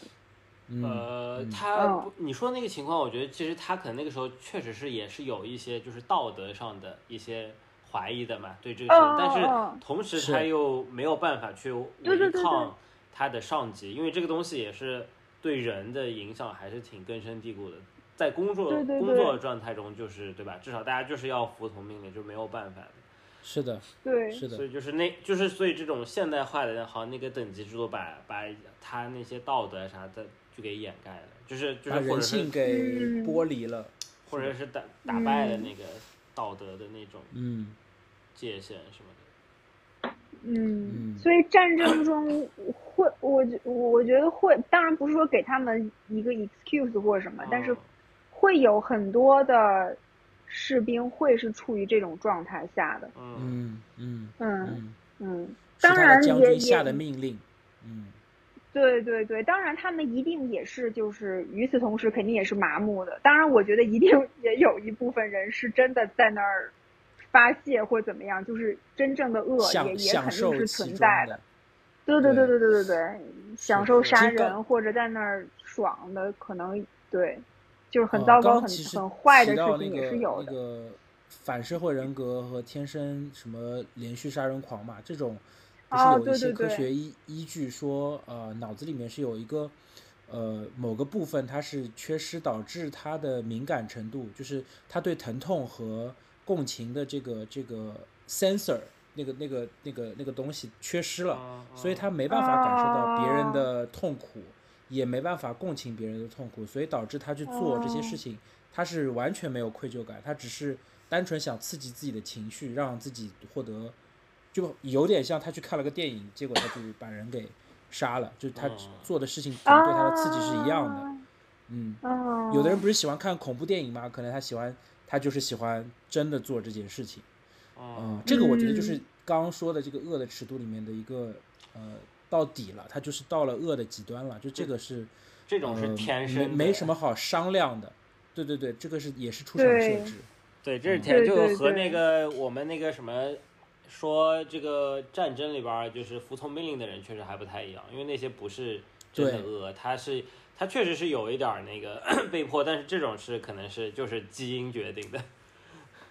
Speaker 3: 嗯，
Speaker 1: 呃
Speaker 3: 嗯，
Speaker 1: 他
Speaker 2: 嗯
Speaker 1: 不你说那个情况，我觉得其实他可能那个时候确实是也是有一些就是道德上的一些怀疑的嘛，对这个事情，
Speaker 2: 嗯
Speaker 1: 但
Speaker 2: 嗯
Speaker 1: 是
Speaker 2: 嗯
Speaker 1: 同时
Speaker 3: 是
Speaker 1: 他又没有办法去
Speaker 2: 对对
Speaker 1: 违
Speaker 2: 对对
Speaker 1: 抗他的上级，因为这个东西也是对人的影响还是挺根深蒂固的。在工作
Speaker 2: 对对对
Speaker 1: 工作状态中，就是对吧？至少大家就是要服从命令，就没有办法的。
Speaker 3: 是的，
Speaker 2: 对，
Speaker 3: 是的
Speaker 1: 所，以就是那，就是所以这种现代化的，好像那个等级制度把把他那些道德啊啥的就给掩盖了，就是就是
Speaker 3: 把
Speaker 1: 或者
Speaker 3: 人
Speaker 1: 是
Speaker 3: 性给
Speaker 2: 嗯
Speaker 3: 剥离了，
Speaker 1: 或者是打打败了那个道德的那种
Speaker 3: 嗯
Speaker 1: 界限什么的。
Speaker 2: 嗯
Speaker 3: 嗯，
Speaker 2: 所以战争中会，我觉我我觉得会，当然不是说给他们一个 excuse 或者什么，但是
Speaker 1: 嗯
Speaker 2: 会有很多的士兵会是处于这种状态下的。
Speaker 1: 嗯，
Speaker 3: 嗯嗯
Speaker 2: 嗯
Speaker 3: 嗯，
Speaker 2: 嗯，
Speaker 3: 是
Speaker 2: 当
Speaker 3: 他
Speaker 2: 然
Speaker 3: 的将
Speaker 2: 也
Speaker 3: 军
Speaker 2: 也
Speaker 3: 下的命令，嗯，
Speaker 2: 对对对，当然他们一定也是，就是与此同时肯定也是麻木的。当然，我觉得一定也有一部分人是真的在那儿发泄或怎么样，就是真正的恶也
Speaker 3: 享
Speaker 2: 也
Speaker 3: 享
Speaker 2: 肯定
Speaker 3: 受
Speaker 2: 是
Speaker 3: 其
Speaker 2: 存
Speaker 3: 中
Speaker 2: 在的。
Speaker 3: 的，
Speaker 2: 对对对对
Speaker 3: 对
Speaker 2: 对对对，享
Speaker 3: 是
Speaker 2: 受
Speaker 3: 是
Speaker 2: 杀
Speaker 3: 其实刚
Speaker 2: 人或者在那儿爽的，可能对，就是很
Speaker 3: 呃
Speaker 2: 糟
Speaker 3: 刚
Speaker 2: 糕、
Speaker 3: 刚
Speaker 2: 很
Speaker 3: 其实
Speaker 2: 很坏的
Speaker 3: 提
Speaker 2: 事
Speaker 3: 到那
Speaker 2: 情
Speaker 3: 个
Speaker 2: 也是有的。
Speaker 3: 那个反社会人格和天生什么连续杀人狂嘛，这种不是
Speaker 2: 哦
Speaker 3: 有
Speaker 2: 对
Speaker 3: 一些
Speaker 2: 对
Speaker 3: 科
Speaker 2: 对
Speaker 3: 学依依据说，呃，脑子里面是有一个呃某个部分它是缺失，导致它的敏感程度，就是它对疼痛和共情的这个这个 sensor 那个那个那个那个东西缺失了。
Speaker 1: 嗯
Speaker 3: 所以
Speaker 1: 嗯
Speaker 3: 他没办法感受到别人
Speaker 2: 哦
Speaker 3: 的痛苦，也没办法共情别人的痛苦，所以导致他去做这些事
Speaker 2: 哦
Speaker 3: 情，他是完全没有愧疚感，他只是单纯想刺激自己的情绪，让自己获得就有点像他去看了个电影，结果他去把人给杀了，就他
Speaker 1: 嗯
Speaker 3: 做的事情可能
Speaker 2: 啊，
Speaker 3: 对他的刺激是一样
Speaker 2: 哦
Speaker 3: 的。嗯，
Speaker 2: 啊，
Speaker 3: 有的人不是喜欢看恐怖电影吗？可能他喜欢，他就是喜欢真的做这件事情。嗯
Speaker 1: 嗯，
Speaker 3: 这个我觉得就是
Speaker 2: 嗯
Speaker 3: 刚刚说的这个恶的尺度里面的一个呃到底了，他就是到了恶的极端了，就这个是
Speaker 1: 这种是
Speaker 3: 呃
Speaker 1: 天生
Speaker 3: 没
Speaker 1: 的
Speaker 3: 没什么。好商量的。对对对，这个是也是出厂设
Speaker 2: 对
Speaker 3: 置。
Speaker 1: 对，
Speaker 3: 嗯
Speaker 1: 这是
Speaker 2: 对
Speaker 1: 天，
Speaker 2: 对
Speaker 1: 就和
Speaker 2: 对
Speaker 1: 那个我们那个什么，说这个战争里边儿就是服从命令的人确实还不太一样，因为那些不是真的
Speaker 3: 对
Speaker 1: 恶，他是他确实是有一点儿那个 被迫，但是这种是可能是就是基因决定的。
Speaker 3: 嗯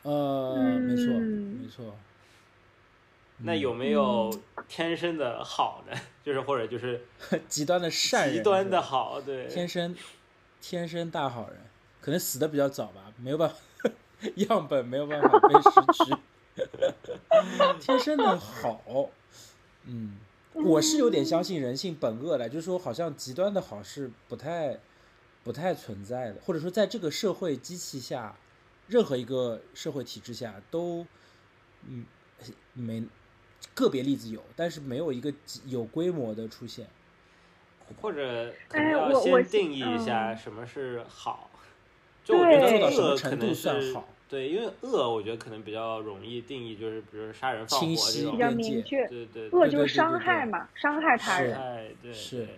Speaker 3: 呃，没错
Speaker 2: 嗯
Speaker 3: 没错。
Speaker 1: 那有没有天生的好呢？ 就是或者就是
Speaker 3: 极端的善人，
Speaker 1: 极端的
Speaker 3: 是吧
Speaker 1: 好，对，
Speaker 3: 天生天生大好人，可能死的比较早吧，没有办法， 样本没有办法被识取。天生的好，嗯，我是有点相信人性本恶的，就是说好像极端的好是不太不太存在的，或者说在这个社会机器下，任何一个社会体制下都，嗯，没个别例子有，但是没有一个极有规模的出现。
Speaker 1: 或者可能
Speaker 2: 哎
Speaker 1: 要
Speaker 2: 我我
Speaker 1: 先
Speaker 2: 是
Speaker 1: 定义一下
Speaker 2: 嗯
Speaker 1: 什么是好。就我觉
Speaker 2: 对
Speaker 1: 得
Speaker 2: 做到什
Speaker 3: 么
Speaker 1: 恶
Speaker 3: 程
Speaker 1: 可
Speaker 3: 度
Speaker 1: 能
Speaker 3: 算
Speaker 1: 是
Speaker 3: 好
Speaker 1: 对，因为恶我觉得可能比较容易定义，就是比如杀人放火
Speaker 3: 清
Speaker 1: 这
Speaker 3: 晰
Speaker 1: 种
Speaker 2: 比，较
Speaker 3: 边界
Speaker 2: 明确，
Speaker 1: 对对
Speaker 2: 恶
Speaker 1: 对，
Speaker 2: 就是伤害嘛，伤害他
Speaker 3: 是
Speaker 2: 人。
Speaker 1: 哎对
Speaker 3: 是
Speaker 1: 对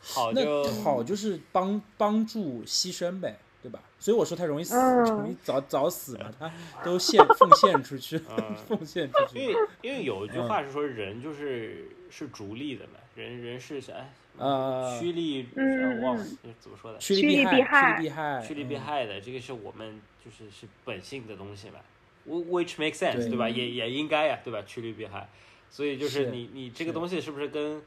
Speaker 1: 好就
Speaker 3: 那好就是帮帮助牺牲呗，对吧？所以我说他容易死，
Speaker 2: 嗯
Speaker 3: 容易早早死嘛，他都献奉献出去，
Speaker 1: 嗯
Speaker 3: 奉献出
Speaker 1: 因
Speaker 3: 去
Speaker 1: 为。因为有一句
Speaker 3: 嗯
Speaker 1: 话是说人就是是逐利的嘛，人人是啥哎
Speaker 3: 呃
Speaker 1: 趋利，
Speaker 2: 嗯
Speaker 1: 呃
Speaker 2: 嗯
Speaker 1: 忘了
Speaker 2: 嗯
Speaker 1: 是怎么说的，
Speaker 3: 趋
Speaker 2: 趋
Speaker 3: 利
Speaker 2: 利
Speaker 3: 避
Speaker 2: 避
Speaker 3: 害，
Speaker 2: 害
Speaker 3: 趋利避害，
Speaker 1: 趋利
Speaker 3: 嗯
Speaker 1: 避。害的，这个是我们就是是本性的东西嘛，wh-，which makes sense，
Speaker 3: 对嗯
Speaker 1: 对吧？也也应该呀、对吧？趋利避害，所以就是
Speaker 3: 是
Speaker 1: 你你这个
Speaker 3: 是
Speaker 1: 东西是不是跟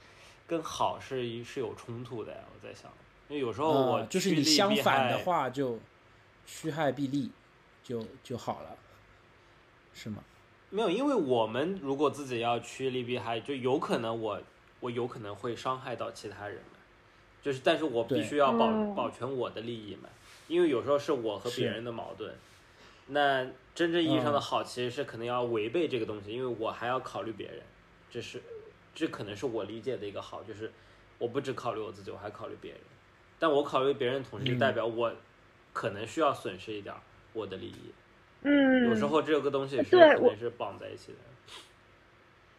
Speaker 1: 跟好是一是有冲突的呀？我在想，因为有时候
Speaker 3: 呃
Speaker 1: 我
Speaker 3: 就是
Speaker 1: 趋
Speaker 3: 你
Speaker 1: 利
Speaker 3: 相
Speaker 1: 避
Speaker 3: 反的
Speaker 1: 害，
Speaker 3: 话就趋害避利，就就好了，是吗？
Speaker 1: 没有，因为我们如果自己要趋利避害，就有可能我我有可能会伤害到其他人嘛，就是但是我
Speaker 3: 对
Speaker 1: 必须要保、
Speaker 2: 嗯
Speaker 1: 保全我的利益嘛，因为有时候是我和
Speaker 3: 是
Speaker 1: 别人的矛盾。那真正意义上的
Speaker 3: 嗯
Speaker 1: 好，其实是可能要违背这个东西，因为我还要考虑别人，这是这可能是我理解的一个好，就是我不只考虑我自己，我还考虑别人。但我考虑别人的同时，就代表我可能需要损失一点儿我的利益。
Speaker 2: 嗯，呃
Speaker 1: 有时候这个东西是
Speaker 2: 对
Speaker 1: 可
Speaker 2: 我
Speaker 1: 能是绑在一起的。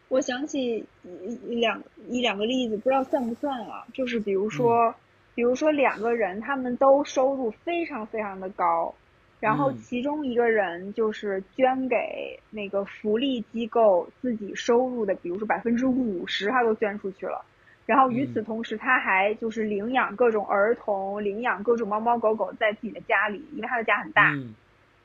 Speaker 2: 我想起一一两一两个例子，不知道算不算啊？就是比如说，
Speaker 3: 嗯
Speaker 2: 比如说两个人，他们都收入非常非常的高，然后
Speaker 3: 嗯
Speaker 2: 其中一个人就是捐给那个福利机构自己收入的，比如说百分之五十，他都捐出去了。然后与此
Speaker 3: 嗯
Speaker 2: 同时，他还就是领养各种儿童，领养各种猫猫狗狗在自己的家里，因为他的家很大。
Speaker 3: 嗯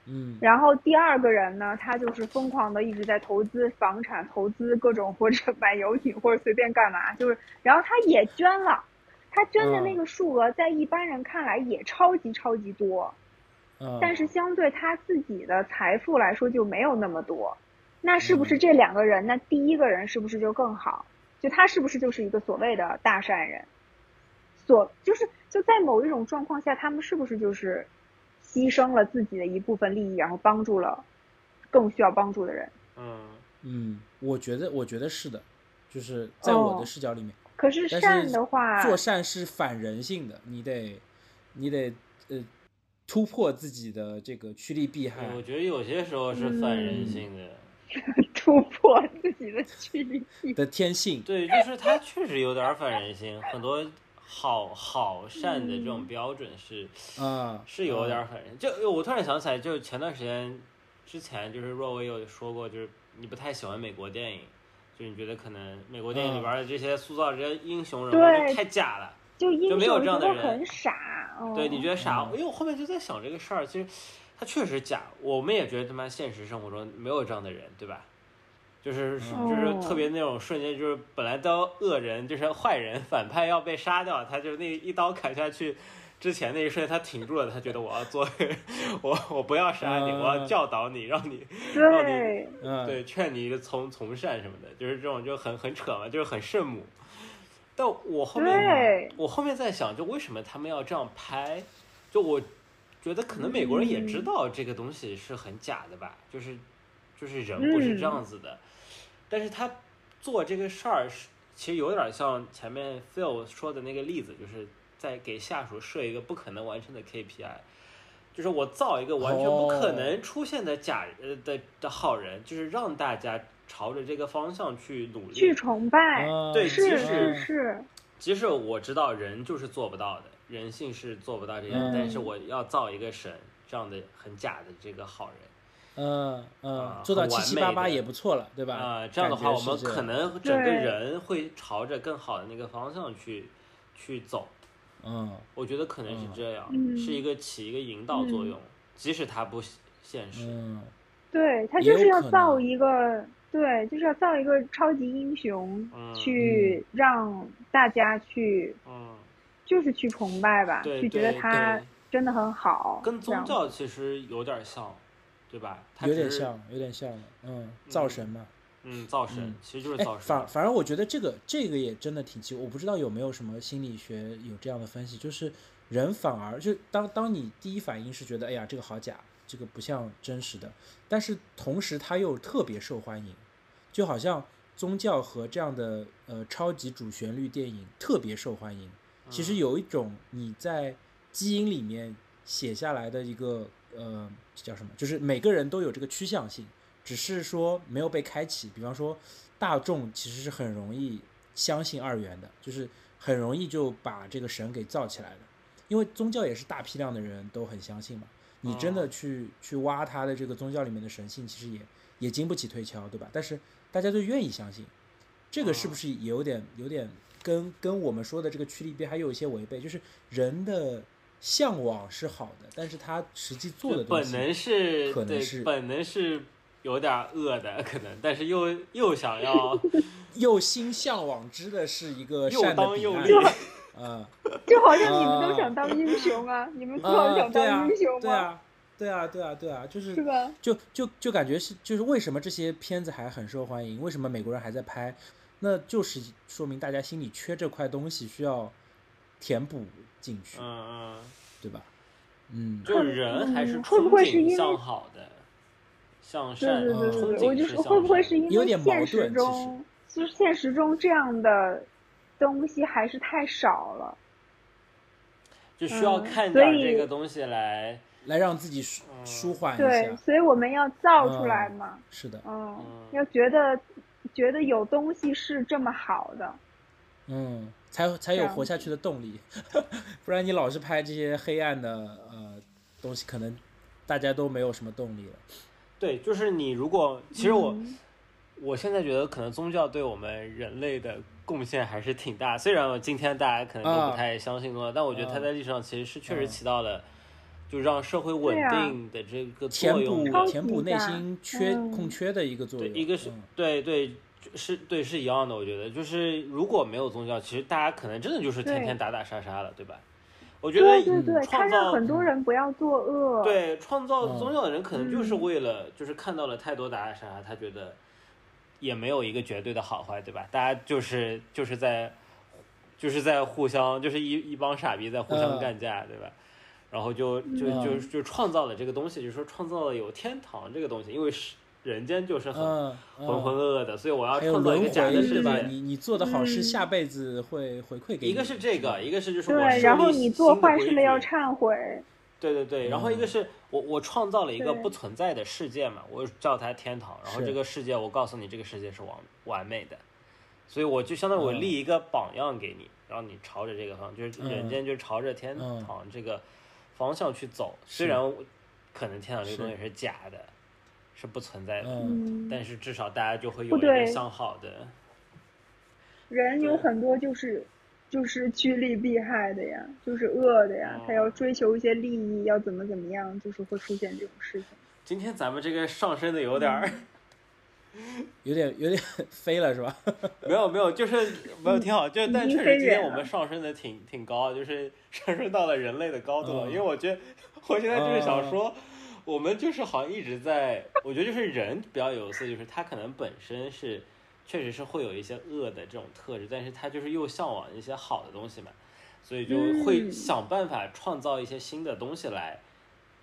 Speaker 3: 嗯
Speaker 2: 然后第二个人呢，他就是疯狂的一直在投资房产、投资各种或者 买游艇或者随便干嘛，就是，然后他也捐了，他捐的那个数额在一般人看来也超级超级多，
Speaker 1: 嗯
Speaker 3: 呃，
Speaker 2: 但是相对他自己的财富来说就没有那么多，那是
Speaker 1: 嗯
Speaker 2: 不是这两个人，那第一个人是不是就更好？就他是不是就是一个所谓的大善人？所就是就在某一种状况下，他们是不是就是牺牲了自己的一部分利益，然后帮助了更需要帮助的人？
Speaker 1: 嗯，
Speaker 3: 嗯，我觉得我觉得是的，就是在我的
Speaker 2: 哦
Speaker 3: 视角里面，
Speaker 2: 可是
Speaker 3: 但
Speaker 2: 善
Speaker 3: 是
Speaker 2: 的话，
Speaker 3: 做善是反人性的，你得，你得呃，突破自己的这个趋利避害
Speaker 1: 哎对，我觉得有些时候是反
Speaker 2: 嗯
Speaker 1: 人性的。
Speaker 2: 突破自己的距离，
Speaker 3: 的天性。
Speaker 1: 对，就是他确实有点儿反人性，很多好好善的这种
Speaker 2: 嗯
Speaker 1: 标准是
Speaker 3: 啊，
Speaker 1: 是有点
Speaker 3: 啊
Speaker 1: 儿反人。就我突然想起来，就前段时间之前，就是若薇有说过，就是你不太喜欢美国电影，就你觉得可能美国电影里边儿的这些塑造这些英雄人物
Speaker 2: 嗯对
Speaker 1: 就太假了。
Speaker 2: 就英
Speaker 1: 就
Speaker 2: 雄
Speaker 1: 没有这样的
Speaker 2: 觉得
Speaker 1: 人
Speaker 2: 很傻，嗯、
Speaker 1: 对，你觉得傻？
Speaker 3: 嗯
Speaker 1: 因为我后面就在想这个事儿，其实他确实假，我们也觉得他妈现实生活中没有这样的人，对吧？就是就是
Speaker 2: 嗯
Speaker 1: 特别那种瞬间，就是本来都恶人，就是坏人、反派要被杀掉，他就那一刀砍下去之前那一瞬间，他挺住了，他觉得我要做， 我我不要杀你，
Speaker 3: 嗯
Speaker 1: 我要教导你，让你让你
Speaker 2: 对，
Speaker 3: 嗯，
Speaker 1: 对，劝你从从善什么的，就是这种就很很扯嘛，就是很圣母。但我后面
Speaker 2: 对
Speaker 1: 我后面在想，就为什么他们要这样拍？就我觉得可能美国人也知
Speaker 2: 嗯嗯
Speaker 1: 道这个东西是很假的吧，就是就是人不是这样子的。但是他做这个事儿是其实有点像前面 Phil 说的那个例子，就是在给下属设一个不可能完成的 KPI，就是我造一个完全不可
Speaker 2: 哦
Speaker 1: 能出现的假呃的的好人，就是让大家朝着这个方向去努力，
Speaker 2: 去崇拜，
Speaker 3: 啊
Speaker 1: 对
Speaker 2: 是
Speaker 1: 即
Speaker 2: 是
Speaker 1: 使
Speaker 2: 是，
Speaker 1: 即使我知道人就是做不到的，人性是做不到这样，
Speaker 3: 嗯
Speaker 1: 但是我要造一个神这样的很假的这个好人
Speaker 3: 嗯
Speaker 1: 啊
Speaker 3: 嗯，做到
Speaker 1: 很
Speaker 3: 七
Speaker 1: 完
Speaker 3: 七
Speaker 1: 美
Speaker 3: 八八
Speaker 1: 的
Speaker 3: 也不错了，对吧？
Speaker 1: 啊、这样的话
Speaker 3: 感
Speaker 1: 我
Speaker 3: 觉是
Speaker 1: 们
Speaker 3: 这样
Speaker 1: 可能整个
Speaker 2: 对
Speaker 1: 人会朝着更好的那个方向去去走。
Speaker 3: 嗯
Speaker 1: 我觉得可能是这样，
Speaker 2: 嗯
Speaker 1: 是一个起一个引导作用，即使它不现实。
Speaker 3: 嗯
Speaker 2: 对他
Speaker 3: 也
Speaker 2: 就是
Speaker 3: 有
Speaker 2: 要
Speaker 3: 可
Speaker 2: 造
Speaker 3: 能
Speaker 2: 一个，对，就是要造一个超级英雄，
Speaker 1: 嗯
Speaker 2: 去让大家去，
Speaker 1: 嗯，
Speaker 2: 就是去崇拜吧，
Speaker 1: 对
Speaker 2: 去觉得
Speaker 1: 对
Speaker 2: 他
Speaker 1: 对
Speaker 2: 真的很好，
Speaker 1: 跟
Speaker 2: 这样
Speaker 1: 宗教其实有点像，对吧？它
Speaker 3: 有
Speaker 1: 只
Speaker 3: 点
Speaker 1: 是，
Speaker 3: 像，有点像了，嗯，造神嘛。
Speaker 1: 嗯，造神、
Speaker 3: 嗯
Speaker 1: 其实就是
Speaker 3: 哎
Speaker 1: 造，神。
Speaker 3: 反反正我觉得这个这个也真的挺奇怪，我不知道有没有什么心理学有这样的分析，就是人反而就当当你第一反应是觉得哎呀这个好假，这个不像真实的，但是同时它又特别受欢迎，就好像宗教和这样的呃超级主旋律电影特别受欢迎。其实有一种你在基因里面写下来的一个呃叫什么，就是每个人都有这个趋向性，只是说没有被开启。比方说，大众其实是很容易相信二元的，就是很容易就把这个神给造起来了，因为宗教也是大批量的人都很相信嘛。你真
Speaker 1: 哦
Speaker 3: 的去去挖他的这个宗教里面的神性，其实也也经不起推敲，对吧？但是大家都愿意相信，这个是不是也有点有点跟跟我们说的这个趋利避害又有一些违背？就是人的向往是好的，但是他实际做的
Speaker 1: 就
Speaker 3: 东
Speaker 1: 本
Speaker 3: 西，
Speaker 1: 能是
Speaker 3: 可能
Speaker 1: 对，
Speaker 3: 是
Speaker 1: 本能是有点恶的，可能，但是又又想要
Speaker 3: 又心向往之的是一 个
Speaker 1: 又
Speaker 3: 呃善的
Speaker 1: 当
Speaker 3: 彼
Speaker 1: 又
Speaker 3: 岸
Speaker 1: 立，
Speaker 3: 嗯
Speaker 2: 就好像你们都
Speaker 3: 啊
Speaker 2: 想当英雄啊，你 们都
Speaker 3: 啊，
Speaker 2: 想
Speaker 3: 对啊
Speaker 2: 当英雄，
Speaker 3: 对
Speaker 2: 吗？
Speaker 3: 啊，对啊，对啊，对啊，就是
Speaker 2: 是吧？
Speaker 3: 就就就感觉是，就是为什么这些片子还很受欢迎？为什么美国人还在拍？那就是说明大家心里缺这块东西，需要填补进去，
Speaker 1: 嗯嗯，
Speaker 3: 对吧？嗯，
Speaker 1: 就是人还是
Speaker 2: 嗯会不会
Speaker 1: 憧
Speaker 2: 是
Speaker 1: 憬
Speaker 2: 因为
Speaker 1: 向好的，向
Speaker 2: 对
Speaker 1: 善，
Speaker 3: 嗯
Speaker 2: 对对对
Speaker 1: 憧
Speaker 2: 对，我
Speaker 1: 憬
Speaker 2: 就是是
Speaker 1: 向
Speaker 2: 会不会
Speaker 1: 善
Speaker 2: 是因
Speaker 3: 有
Speaker 2: 为
Speaker 3: 点矛
Speaker 2: 现实
Speaker 3: 盾其
Speaker 2: 中，就是现实中这样的东西还是太少了。
Speaker 1: 就需要
Speaker 2: 嗯
Speaker 1: 看
Speaker 2: 所
Speaker 1: 点儿
Speaker 2: 以
Speaker 1: 这个东西来，
Speaker 3: 来让自己舒舒缓一
Speaker 2: 对，
Speaker 3: 下。
Speaker 2: 所以我们要造出来嘛，
Speaker 3: 是的，
Speaker 2: 嗯，
Speaker 1: 嗯
Speaker 2: 要觉得觉得有东西是这么好的，
Speaker 3: 嗯，才才有活下去的动力， 不然你老是拍这些黑暗的呃东西，可能大家都没有什么动力了。
Speaker 1: 对，就是你如果其实我、
Speaker 2: 嗯
Speaker 1: 我现在觉得可能宗教对我们人类的贡献还是挺大，虽然我今天大家可能都
Speaker 3: 啊
Speaker 1: 不太相信宗教，但我觉得它
Speaker 3: 啊
Speaker 1: 在历史上其实是确实
Speaker 3: 啊
Speaker 1: 起到了。就让社会稳
Speaker 2: 对啊
Speaker 1: 定的这个
Speaker 3: 填
Speaker 1: 作用
Speaker 3: 补
Speaker 1: 的，
Speaker 3: 填补内心缺
Speaker 2: 嗯
Speaker 3: 空缺的一个作
Speaker 1: 对，
Speaker 3: 用，
Speaker 1: 一个是
Speaker 3: 嗯
Speaker 1: 对对是对是一样的，我觉得就是如果没有宗教，其实大家可能真的就是天
Speaker 2: 对
Speaker 1: 天打打杀杀了，对吧？我觉
Speaker 2: 对
Speaker 1: 得
Speaker 2: 对对，
Speaker 1: 创
Speaker 2: 他让
Speaker 1: 造嗯
Speaker 2: 很多人不要作恶，，
Speaker 1: 对创造宗教的人可能就是
Speaker 2: 嗯
Speaker 1: 为了就是看到了太多打打杀杀，啊他觉得也没有一个绝对的好坏，对吧？大家就是就是在就是在互相就是一一帮傻逼在互相
Speaker 3: 嗯
Speaker 1: 干架，对吧？然后就就
Speaker 3: 嗯
Speaker 1: 就就创造了这个东西，就是说创造了有天堂这个东西，因为是人间就是很
Speaker 3: 嗯，嗯
Speaker 1: 浑浑噩噩的，所以我要
Speaker 3: 还有
Speaker 1: 创造一
Speaker 3: 轮
Speaker 1: 个
Speaker 3: 回
Speaker 1: 假的世
Speaker 3: 对吧？
Speaker 1: 界。
Speaker 3: 你你做的好事，
Speaker 2: 嗯
Speaker 3: 下辈子会回馈给你。
Speaker 1: 一个是这个，一个是就是我
Speaker 2: 对，
Speaker 1: 设
Speaker 2: 然后
Speaker 1: 立
Speaker 2: 你
Speaker 1: 新
Speaker 2: 做
Speaker 1: 的
Speaker 2: 坏
Speaker 1: 规
Speaker 2: 事了要
Speaker 1: 矩
Speaker 2: 忏悔，
Speaker 1: 对对对，然后
Speaker 3: 嗯
Speaker 1: 一个是我我创造了一个
Speaker 2: 对
Speaker 1: 不存在的世界嘛，我叫它天堂，然后
Speaker 3: 是
Speaker 1: 这个世界我告诉你这个世界是完完美的，所以我就相当于我
Speaker 3: 嗯
Speaker 1: 立一个榜样给你，让你朝着这个方向，就是
Speaker 3: 嗯
Speaker 1: 人间就朝着天
Speaker 3: 嗯
Speaker 1: 堂这个方向去走，
Speaker 3: 是
Speaker 1: 虽然我可能天堂这个
Speaker 3: 是
Speaker 1: 东西是假的，是不存在的，
Speaker 3: 嗯，
Speaker 2: 嗯，
Speaker 1: 但是至少大家就会有
Speaker 2: 不
Speaker 1: 一个
Speaker 2: 哦对
Speaker 1: 向好的，
Speaker 2: 人有很多就是就是趋利避害的呀，就是恶的呀
Speaker 1: 嗯，
Speaker 2: 他要追求一些利益，要怎么怎么样，就是会出现这种事情。
Speaker 1: 今天咱们这个上升的有
Speaker 3: 嗯
Speaker 1: 点儿，
Speaker 3: 有点有点 飞了是吧？
Speaker 1: 没有没有，就是没有挺好，就但
Speaker 2: 已
Speaker 1: 确实今
Speaker 2: 经飞
Speaker 1: 天
Speaker 2: 远啊
Speaker 1: 我们上升的挺挺高，啊就是上升到了人类的高度了。
Speaker 3: 嗯
Speaker 1: 因为我觉得我现在就是想说，我们就是好像一直在，我觉得就是人比较有意思，就是他可能本身是确实是会有一些恶的这种特质，但是他就是又向往一些好的东西嘛，所以就会
Speaker 2: 嗯
Speaker 1: 想办法创造一些新的东西来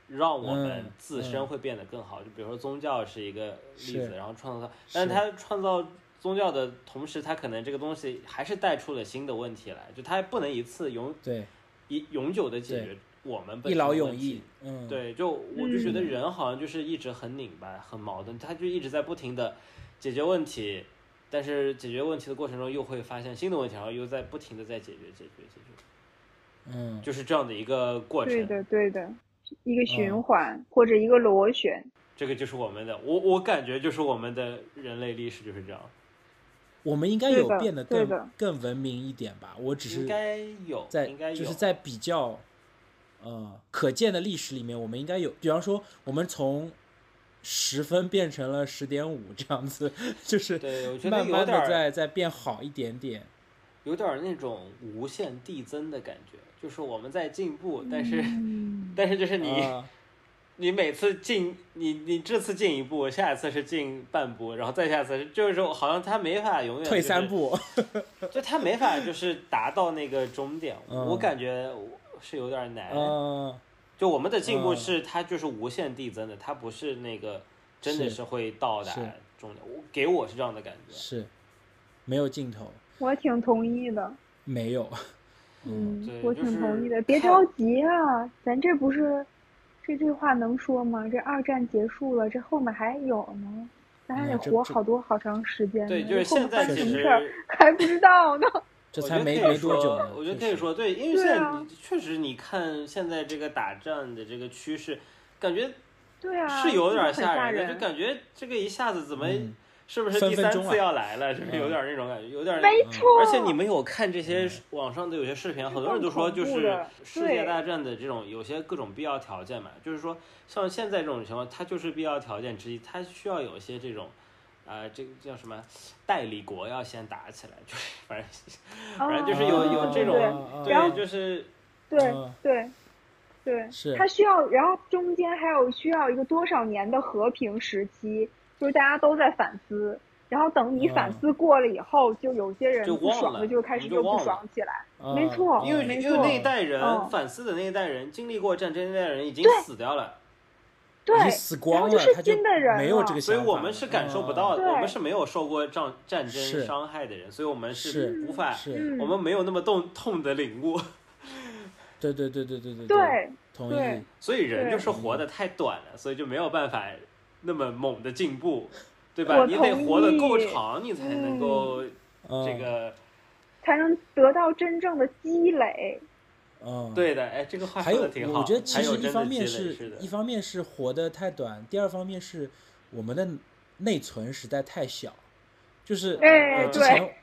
Speaker 1: 让我们
Speaker 3: 嗯
Speaker 1: 自身会变得更好。就比如说宗教是一个例子，
Speaker 3: 是
Speaker 1: 然后创造，
Speaker 3: 是
Speaker 1: 但是他创造宗教的同时，他可能这个东西还是带出了新的问题来，就他不能一次永
Speaker 3: 对，
Speaker 1: 一永久的解
Speaker 3: 对
Speaker 1: 决我们本
Speaker 3: 一
Speaker 1: 身的
Speaker 3: 劳
Speaker 1: 问
Speaker 3: 永
Speaker 1: 题
Speaker 3: 逸。，嗯，，
Speaker 1: 对，就我就觉得
Speaker 2: 嗯
Speaker 1: 人好像就是一直很拧巴、很矛盾，他就一直在不停的解决问题，但是解决问题的过程中又会发现新的问题，然后又在不停的在解决、解决、解决，
Speaker 3: 嗯，
Speaker 1: 就是这样的一个过
Speaker 2: 对
Speaker 1: 程。
Speaker 2: 的，对的，一个
Speaker 3: 嗯
Speaker 2: 循环、或者一个螺旋。
Speaker 1: 这个就是我们的，我我感觉就是我们的人类历史就是这样，
Speaker 3: 我们应该
Speaker 2: 对
Speaker 3: 有
Speaker 2: 的
Speaker 3: 变得
Speaker 2: 对
Speaker 3: 更
Speaker 2: 的
Speaker 3: 更文明一点吧。我只是
Speaker 1: 应该有，
Speaker 3: 在
Speaker 1: 应该有，
Speaker 3: 就是在比较呃可见的历史里面，我们应该有，比方说我们从十分变成了十点五这样子， 就是
Speaker 1: 对我觉得
Speaker 3: 慢
Speaker 1: 有
Speaker 3: 慢
Speaker 1: 点
Speaker 3: 的
Speaker 1: 儿
Speaker 3: 在在变好一点点。
Speaker 1: 有点儿那种无限递增的感觉，就是我们在进步，但是、
Speaker 2: 嗯
Speaker 1: 但是就是你。
Speaker 3: 啊
Speaker 1: 你每次进，你你这次进一步，下一次是进半步，然后再下次是就是说，好像他没法永远、
Speaker 3: 退三，步，
Speaker 1: 就他没法就是达到那个终点。
Speaker 3: 嗯
Speaker 1: 我感觉是有点难。
Speaker 3: 嗯，
Speaker 1: 就我们的进步
Speaker 3: 嗯
Speaker 1: 是它就是无限递增的，它不是那个真的
Speaker 3: 是
Speaker 1: 是会到达
Speaker 3: 是
Speaker 1: 终点。我给我是这样的感觉。
Speaker 3: 是没有尽头，
Speaker 2: 我挺同意的，
Speaker 3: 没有，
Speaker 2: 嗯
Speaker 1: 对，
Speaker 2: 我
Speaker 1: 就
Speaker 2: 挺同
Speaker 1: 是
Speaker 2: 意的。别
Speaker 1: 看
Speaker 2: 着急啊，咱这不是，这句话能说吗？这二战结束了，这后面还有呢，咱还
Speaker 3: 哎
Speaker 2: 得
Speaker 3: 这
Speaker 2: 活
Speaker 3: 这
Speaker 2: 好多好长时间呢。
Speaker 1: 对，就
Speaker 2: 这
Speaker 1: 是
Speaker 2: 后
Speaker 1: 现
Speaker 2: 面
Speaker 1: 在
Speaker 2: 发
Speaker 1: 其
Speaker 2: 生什么
Speaker 1: 实
Speaker 2: 事 儿还不知道呢。
Speaker 3: 这
Speaker 1: 我
Speaker 3: 才
Speaker 1: 觉得
Speaker 3: 没
Speaker 1: 可以
Speaker 3: 没多久
Speaker 1: 说
Speaker 3: 呢。
Speaker 1: 我觉得
Speaker 3: 确
Speaker 1: 可以
Speaker 3: 实，
Speaker 1: 说，对，因为现
Speaker 2: 对
Speaker 1: 在
Speaker 2: 啊
Speaker 1: 你确实你看现在这个打仗的这个趋势，感觉
Speaker 2: 对啊，
Speaker 1: 是有点
Speaker 2: 很吓
Speaker 1: 吓人的，就
Speaker 2: 人。
Speaker 1: 感觉这个一下子怎么
Speaker 3: 嗯
Speaker 1: 是不是
Speaker 3: 分
Speaker 1: 第
Speaker 3: 分
Speaker 1: 三
Speaker 3: 钟
Speaker 1: 次
Speaker 3: 啊
Speaker 1: 要来了？就是
Speaker 3: 嗯
Speaker 1: 有点那种感觉，有点那
Speaker 2: 没
Speaker 1: 个。
Speaker 2: 错，
Speaker 1: 而且你们有看这些网上的有些视频，很多人都说就
Speaker 2: 这更恐怖
Speaker 1: 是
Speaker 2: 的
Speaker 1: 世界
Speaker 2: 对
Speaker 1: 大战的这种有些各种必要条件嘛，就是说像现在这种情况，它就是必要条件之一，它需要有一些这种。啊、这个叫什么？代理国要先打起来，就是反正
Speaker 2: 哦
Speaker 1: 反正就是有有这种
Speaker 2: 对
Speaker 3: 啊
Speaker 2: 然
Speaker 1: 对，
Speaker 2: 后
Speaker 1: 就是
Speaker 2: 对
Speaker 3: 嗯
Speaker 2: 对对，
Speaker 3: 是
Speaker 2: 它需要，然后中间还有需要一个多少年的和平时期，就是大家都在反思，然后等你反
Speaker 3: 嗯
Speaker 2: 思过了以后，就有些人
Speaker 1: 就
Speaker 2: 不
Speaker 1: 忘
Speaker 2: 爽
Speaker 1: 了
Speaker 2: 了，就开
Speaker 1: 你
Speaker 2: 始
Speaker 1: 就
Speaker 2: 又不
Speaker 1: 忘了
Speaker 2: 爽起来。
Speaker 3: 啊
Speaker 2: 没错
Speaker 1: 因为
Speaker 2: 没
Speaker 1: 因为
Speaker 2: 错
Speaker 1: 那一代人、
Speaker 2: 嗯
Speaker 1: 反思的那一代人经历过战争的那一代人已经
Speaker 2: 对
Speaker 1: 死掉了，
Speaker 2: 对
Speaker 3: 已经，死光
Speaker 2: 就
Speaker 3: 了，
Speaker 2: 是
Speaker 3: 他就
Speaker 2: 新的人
Speaker 3: 没有
Speaker 2: 了
Speaker 3: 这个
Speaker 1: 所
Speaker 3: 想
Speaker 1: 以
Speaker 3: 法了，啊
Speaker 1: 我们是感受不到的，
Speaker 2: 嗯对
Speaker 1: 我们是没有受过战战争
Speaker 3: 是
Speaker 1: 伤害的人，所以我们
Speaker 3: 是
Speaker 1: 无法，
Speaker 3: 是，
Speaker 2: 嗯，
Speaker 1: 我们没有那么痛痛的领悟，
Speaker 3: 对对对对对对，
Speaker 2: 对
Speaker 3: 同
Speaker 2: 对
Speaker 3: 意，
Speaker 1: 所以人
Speaker 2: 对
Speaker 1: 就是活得太短了，所以就没有办法那么猛的进步，对吧？
Speaker 2: 我
Speaker 1: 你得
Speaker 2: 同
Speaker 1: 活得
Speaker 2: 意
Speaker 1: 够长，你才能够
Speaker 3: 嗯
Speaker 1: 这个、
Speaker 2: 才能得到真正的积累。
Speaker 3: 嗯，
Speaker 1: 对的。哎，这个话
Speaker 3: 还
Speaker 1: 说
Speaker 3: 有
Speaker 1: 的挺
Speaker 3: 我
Speaker 1: 好，
Speaker 3: 我觉得其
Speaker 1: 还有
Speaker 3: 实一
Speaker 1: 真
Speaker 3: 方
Speaker 1: 的积
Speaker 3: 面
Speaker 1: 累
Speaker 3: 是
Speaker 1: 是的
Speaker 3: 一方面是活得太短，第二方面是我们的内存实在太小，就是
Speaker 2: 哎
Speaker 3: 呃之
Speaker 2: 对
Speaker 3: 前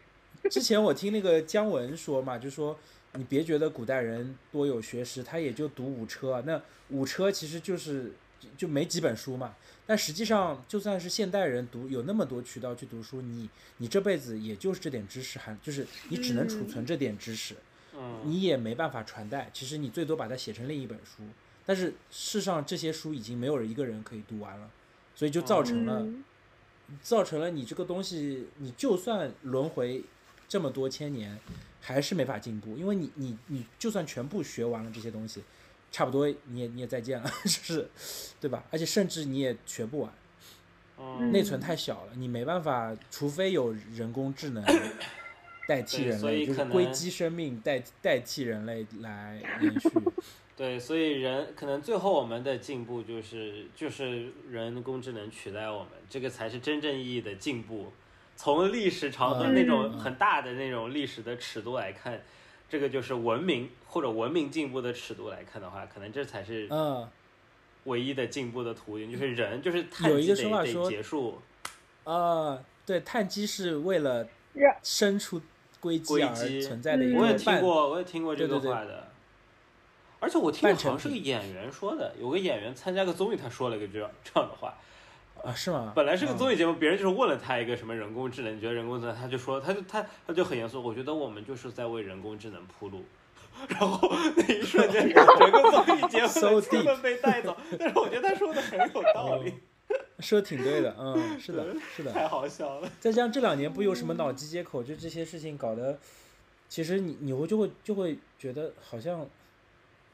Speaker 3: 之前我听那个姜文说嘛，就说你别觉得古代人多有学识，他也就读五车啊，那五车其实就是就就没几本书嘛。但实际上，就算是现代人读有那么多渠道去读书，你你这辈子也就是这点知识含，就是你只能储
Speaker 2: 嗯
Speaker 3: 存这点知识。
Speaker 1: 嗯，
Speaker 3: 你也没办法传代。其实你最多把它写成另一本书，但是世上这些书已经没有一个人可以读完了，所以就造成了、
Speaker 2: 嗯，
Speaker 3: 造成了你这个东西，你就算轮回这么多千年，还是没法进步，因为你你你就算全部学完了这些东西，差不多你也你也再见了， 就是对吧？而且甚至你也学不完，
Speaker 1: 嗯
Speaker 3: 内存太小了，你没办法，除非有人工智 能代替
Speaker 1: 对
Speaker 3: 人
Speaker 1: 所以
Speaker 3: 类，就是
Speaker 1: 可能
Speaker 3: 硅基生命代代替人类来延续。
Speaker 1: 对，所以人可能最后我们的进步就是就是人工智能取代我们，这个才是真正意义的进步。从历史长河
Speaker 3: 嗯
Speaker 1: 那种
Speaker 3: 嗯
Speaker 1: 很大的那种历史的尺度来看，这个就是文明或者文明进步的尺度来看的话，可能这才是
Speaker 3: 嗯
Speaker 1: 唯一的进步的途径，就是人就是碳
Speaker 3: 有一
Speaker 1: 基
Speaker 3: 个
Speaker 1: 得
Speaker 3: 说法
Speaker 1: 得
Speaker 3: 说
Speaker 1: 结束
Speaker 3: 啊，对，碳基是为了
Speaker 2: 让
Speaker 3: 生出硅基
Speaker 1: 硅
Speaker 3: 而
Speaker 1: 基
Speaker 3: 存在的一
Speaker 2: 嗯
Speaker 3: 种
Speaker 1: 我也
Speaker 3: 半，
Speaker 1: 听过，我也听过这个
Speaker 3: 对对对
Speaker 1: 话的。而且我听过
Speaker 3: 半
Speaker 1: 好
Speaker 3: 成
Speaker 1: 像是个
Speaker 3: 品
Speaker 1: 演员说的，有个演员参加个综艺，他说了一个这样这样的话，
Speaker 3: 啊，是吗？
Speaker 1: 本来是个
Speaker 3: 嗯
Speaker 1: 综艺节目，别人就是问了他一个什么人工智能，你觉得人工智能，他就说，他就他他就很严肃，我觉得我们就是在为人工智能铺路。 然后那一瞬间，整 个综艺节目
Speaker 3: So
Speaker 1: 的
Speaker 3: 哦
Speaker 1: 气氛被带走。但是我觉得他说的很有道理，
Speaker 3: 说的挺对的，嗯，是的，是的。
Speaker 1: 太好笑了。
Speaker 3: 再加上这两年不有什么脑机接口，就这些事情搞得，其实你你会就会就会觉得好像，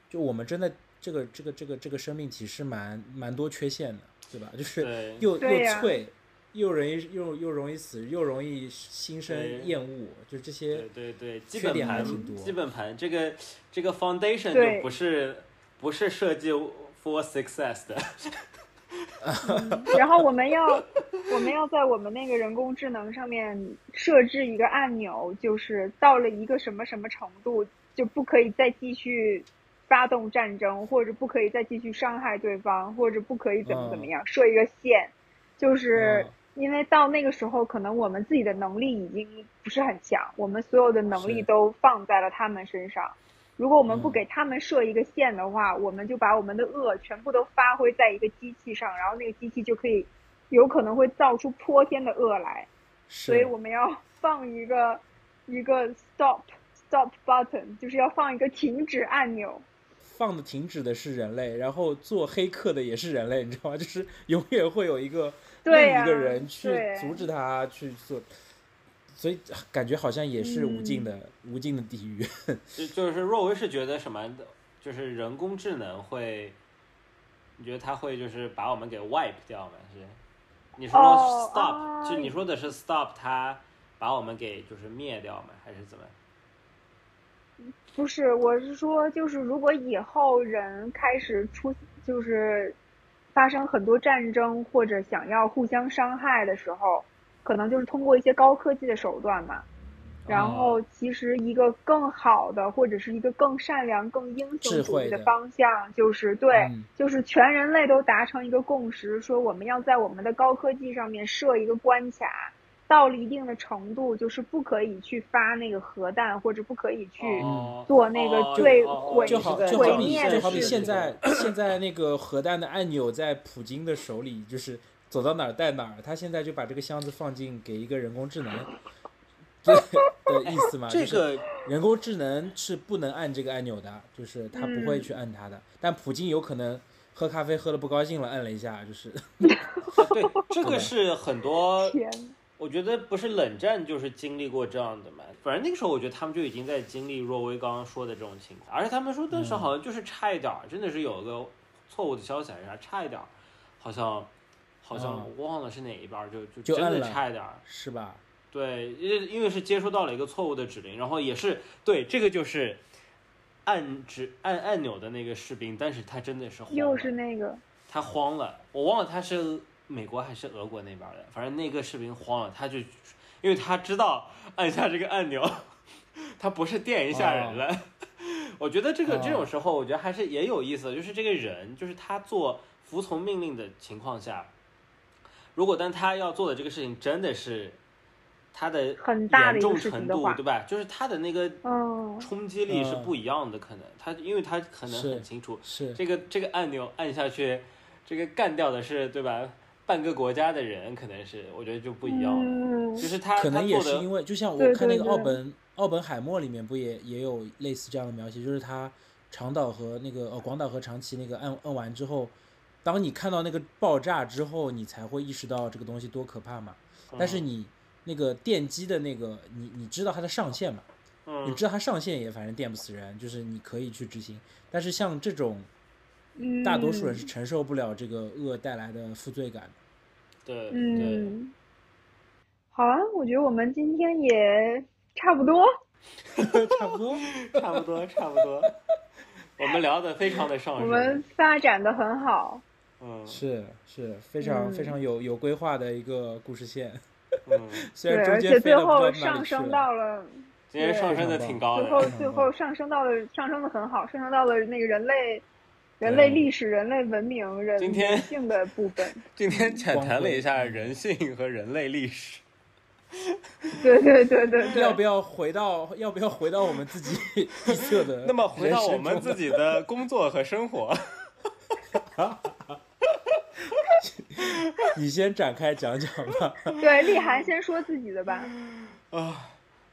Speaker 3: 就我们真的这个这个这个这个生命体是蛮蛮多缺陷的，对吧？就是
Speaker 1: 对
Speaker 3: 又
Speaker 2: 对
Speaker 3: 又
Speaker 2: 呀
Speaker 3: 脆，又容易又又容易死，又容易心
Speaker 1: 对
Speaker 3: 生厌恶，就这些
Speaker 1: 对。对对，基
Speaker 3: 缺
Speaker 1: 本
Speaker 3: 点还
Speaker 1: 盘
Speaker 3: 挺多
Speaker 1: 基本盘这个这个 foundation
Speaker 2: 对
Speaker 1: 就不是不是设计 for success 的，
Speaker 2: 然后我们要， 我们要在我们那个人工智能上面设置一个按钮，就是到了一个什么什么程度，就不可以再继续发动战争，或者不可以再继续伤害对方，或者不可以怎么怎么样，设一个线，就是
Speaker 3: 嗯
Speaker 2: 因为到那个时候，可能我们自己的能力已经不是很强，我们所有的能力
Speaker 3: 是
Speaker 2: 都放在了他们身上。如果我们不
Speaker 3: 嗯
Speaker 2: 给他们设一个线的话，我们就把我们的恶全部都发挥在一个机器上，然后那个机器就可以有可能会造出泼天的恶来。所
Speaker 3: 所
Speaker 2: 以我们要放一个一个 stop stop button，就是要放一个停止按钮。
Speaker 3: 放的停止的是人类，然后做黑客的也是人类，你知道吗？ 就是永远会有一个
Speaker 2: 对
Speaker 3: 另一
Speaker 2: 呀
Speaker 3: 个人去
Speaker 2: 对
Speaker 3: 阻止他去做，所以感觉好像也是无尽的、
Speaker 2: 嗯
Speaker 3: 无尽的地狱。
Speaker 1: 就就是若薇是觉得什么的，就是人工智能会，你觉得它会就是把我们给 wipe 掉吗？是？你说
Speaker 2: 哦
Speaker 1: stop，、
Speaker 2: 啊
Speaker 1: 就你说的是 stop，它把我们给就是灭掉吗？还是怎么？
Speaker 2: 不是，我是说，就是如果以后人开始出，就是发生很多战争或者想要互相伤害的时候，可能就是通过一些高科技的手段嘛。然
Speaker 3: 哦
Speaker 2: 后，其实一个更好的，或者是一个更善良、更英
Speaker 3: 智
Speaker 2: 雄主
Speaker 3: 慧
Speaker 2: 义的
Speaker 3: 的
Speaker 2: 方向，就是对，
Speaker 3: 嗯
Speaker 2: 就是全人类都达成一个共识，说我们要在我们的高科技上面设一个关卡，到了一定的程度，就是不可以去发那个核弹，或者不可以去。
Speaker 1: 哦
Speaker 2: 做那个最毁
Speaker 3: 就
Speaker 2: 你
Speaker 3: 好，
Speaker 2: 是在
Speaker 3: 就
Speaker 2: 毁
Speaker 3: 好比
Speaker 2: 灭
Speaker 3: 就
Speaker 2: 的
Speaker 3: 好比
Speaker 2: 事
Speaker 3: 现在现在那个核弹的按钮在普京的手里，就是走到哪儿带哪儿。他现在就把这个箱子放进给一个人工智能， 对的意思嘛？
Speaker 1: 这
Speaker 3: 就是
Speaker 1: 个
Speaker 3: 人工智能是不能按这个按钮的，就是他不会去按它的。但普京有可能喝咖啡喝的不高兴了，按了一下，就是
Speaker 1: 对，这个是很 多
Speaker 2: 天，
Speaker 1: 我觉得不是冷战就是经历过这样的嘛，反正那个时候我觉得他们就已经在经历若薇刚刚说的这种情况，而且他们说那时候好像就是差一点儿，真的是有个错误的消息还是啥，差一点儿，好像好像
Speaker 3: 嗯
Speaker 1: 我忘了是哪一边儿，就就
Speaker 3: 就
Speaker 1: 真
Speaker 3: 摁
Speaker 1: 的
Speaker 3: 了
Speaker 1: 差一点儿，
Speaker 3: 是吧？
Speaker 1: 对，因为因为是接收到了一个错误的指令，然后也是对这个就是按指按按钮的那个士兵，但是他真的是慌
Speaker 2: 又
Speaker 1: 了
Speaker 2: 是那个，
Speaker 1: 他慌了，我忘了他是美国还是俄国那边的，反正那个士兵慌了，他就因为他知道 按下这个按钮， 他不是电一下人了。 我觉得这个
Speaker 3: 哦
Speaker 1: 这种时候，我觉得还是也有意思的，就是这个人，就是他做服从命令的情况下，如果但他要做的这个事情真的是他的
Speaker 2: 很大
Speaker 1: 严
Speaker 2: 的一
Speaker 1: 重
Speaker 2: 个事情
Speaker 1: 程
Speaker 2: 的
Speaker 1: 度，
Speaker 2: 话
Speaker 1: 对吧？就是他的那个
Speaker 2: 嗯，
Speaker 1: 冲击力是
Speaker 3: 嗯
Speaker 1: 不一样的，可能他因为他可能
Speaker 3: 是
Speaker 1: 很清楚，
Speaker 3: 是
Speaker 1: 这个这个按钮按下去，这个干掉的是对吧？半个国家的人可能是，我觉得就不一样了。
Speaker 2: 嗯
Speaker 1: 就是他
Speaker 3: 可能也是因
Speaker 1: 为
Speaker 3: 为，就像我
Speaker 2: 对
Speaker 3: 看那
Speaker 2: 对
Speaker 3: 个奥
Speaker 2: 对
Speaker 3: 本奥本海默里面不也也有类似这样的描写，就是他长岛和那个呃广岛和长崎那个摁摁完之后，当你看到那个爆炸之后，你才会意识到这个东西多可怕嘛。
Speaker 1: 嗯
Speaker 3: 但是你那个电击的那个，你你知道它的上限嘛？
Speaker 1: 嗯
Speaker 3: 你知道它上限也反正电不死人，就是你可以去执行。但是像这种，
Speaker 2: 嗯
Speaker 3: 大多数人是承受不了这个恶带来的负罪感的。
Speaker 1: 对对，
Speaker 2: 嗯，好啊，我觉得我们今天也差不多，
Speaker 3: 差不多，
Speaker 1: 差不多差不多。我们聊的非常的上
Speaker 2: 我
Speaker 1: 升，
Speaker 2: 们发展的很好，
Speaker 1: 嗯
Speaker 3: 是是非常、非
Speaker 2: 嗯
Speaker 3: 常有有规划的一个故事线，
Speaker 1: 嗯，
Speaker 3: 虽
Speaker 2: 对，
Speaker 3: 然中
Speaker 2: 而
Speaker 3: 间
Speaker 2: 且
Speaker 3: 飞
Speaker 2: 最
Speaker 3: 了不知
Speaker 2: 后
Speaker 3: 道哪
Speaker 2: 上
Speaker 3: 里去
Speaker 2: 升
Speaker 3: 了。
Speaker 2: 到了。
Speaker 1: 今天上升的挺高
Speaker 2: 最后
Speaker 1: 的，
Speaker 2: 最后上升到了上升的很好，上升到了那个人类、人类历史、人类文明、人
Speaker 1: 今天
Speaker 2: 人性的部分。
Speaker 1: 今天浅
Speaker 3: 谈了一
Speaker 1: 下人性和人类历 史。
Speaker 2: 对对对对对，
Speaker 3: 要不要回到要不要回到我们 自己预测的？
Speaker 1: 那么回到我们自
Speaker 3: 己，
Speaker 1: 己 的工作和生活，
Speaker 3: 你先展开讲讲 吧。
Speaker 2: 对丽涵先说自己的吧。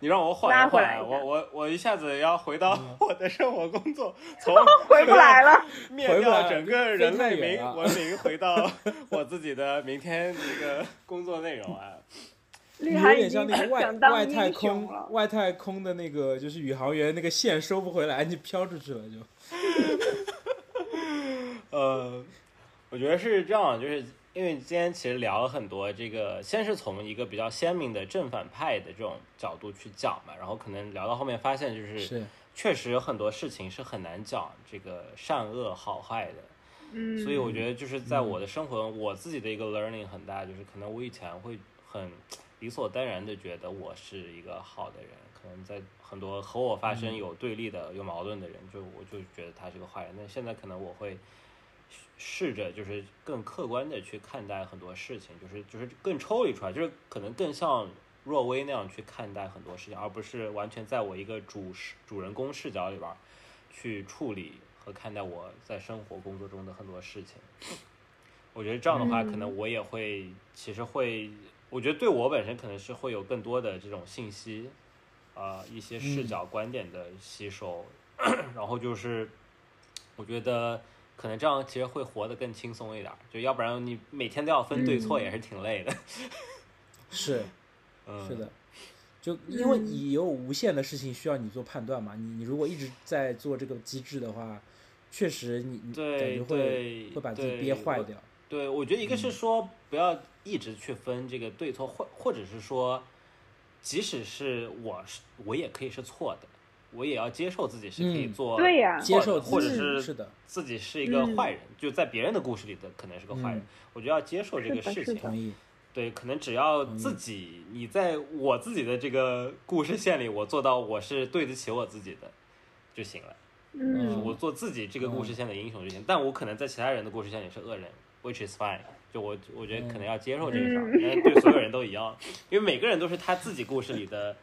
Speaker 1: 你让我缓
Speaker 2: 拉
Speaker 1: 一
Speaker 2: 回来
Speaker 1: 缓，
Speaker 2: 一下
Speaker 1: 我我我一下子要回到
Speaker 3: 嗯
Speaker 1: 我的生活工 作，从
Speaker 2: 回不来了，
Speaker 1: 灭掉整个人类
Speaker 3: 回不来飞太远
Speaker 1: 民
Speaker 3: 了
Speaker 1: 文明，回到 我自己的明天这个工作内容啊。
Speaker 2: 丽
Speaker 3: 你有
Speaker 2: 涵
Speaker 3: 点
Speaker 2: 已
Speaker 3: 像
Speaker 2: 经
Speaker 3: 那个外
Speaker 2: 想当
Speaker 3: 外太
Speaker 2: 英雄
Speaker 3: 空
Speaker 2: 了。
Speaker 3: 外太空的那个，就是宇航员那个线收不回来，你飘出去了就。
Speaker 1: 呃，我觉得是这样，就是因为今天其实聊了很多这个，先是从一个比较鲜明的正反派的这种角度去讲嘛，然后可能聊到后面发现就是
Speaker 3: 是
Speaker 1: 确实有很多事情是很难讲这个善恶好坏的，
Speaker 2: 嗯，
Speaker 1: 所以我觉得就是在我的生活中，我自己的一个 learning 很大，就是可能我以前会很理所当然的觉得我是一个好的人，可能在很多和我发生有对立的、有矛盾的人，就我就觉得他是个坏人。但现在可能我会试着就是更客观的去看待很多事情，就是就是更抽离出来，就是可能更像若薇那样去看待很多事情，而不是完全在我一个主视主人公视角里边儿去处理和看待我在生活工作中的很多事情。我觉得这样的话，可
Speaker 3: 嗯
Speaker 1: 能我也会，其实会，我觉得对我本身可能是会有更多的这种信息，啊、一些
Speaker 3: 嗯
Speaker 1: 视角、观点的吸收， 然后就是，我觉得可能这样其实会活得更轻松一点儿，就要不然你每天都要分对
Speaker 3: 嗯
Speaker 1: 错，也是挺累的。
Speaker 3: 是
Speaker 1: 嗯，
Speaker 3: 是的，就因为你有无限的事情需要你做判断嘛，你你如果一直在做这个机制的话，确实你你感
Speaker 1: 对
Speaker 3: 觉会
Speaker 1: 对
Speaker 3: 会把自己
Speaker 1: 对
Speaker 3: 憋坏
Speaker 1: 我
Speaker 3: 掉。
Speaker 1: 对，我觉得一个
Speaker 3: 嗯
Speaker 1: 是说不要一直去分这个对错，或或者是说，即使是我是我也可以是错的，我也要接受自己是可以
Speaker 3: 嗯
Speaker 1: 做、
Speaker 2: 对呀嗯
Speaker 3: 接受自己
Speaker 1: 或者
Speaker 3: 是
Speaker 1: 是
Speaker 3: 的，
Speaker 1: 自己是一个坏人，就在别人的故事里的可能是个坏人，
Speaker 3: 嗯
Speaker 1: 我觉得要接受这个
Speaker 2: 是
Speaker 1: 事
Speaker 2: 的是
Speaker 1: 情
Speaker 2: 的。
Speaker 3: 同意。
Speaker 1: 对，可能只要自己你在我自己的这个故事线里，我做到我是对得起我自己的就行了。
Speaker 2: 嗯，
Speaker 1: 我做自己这个故
Speaker 3: 嗯
Speaker 1: 事线的英雄就行，但我可能在其他人的故事线里是恶人，which is fine。就我我觉得
Speaker 3: 嗯
Speaker 1: 可能要接受这个事儿，
Speaker 2: 嗯
Speaker 1: 呃对所有人都一样，因为每个人都是他自己故事里的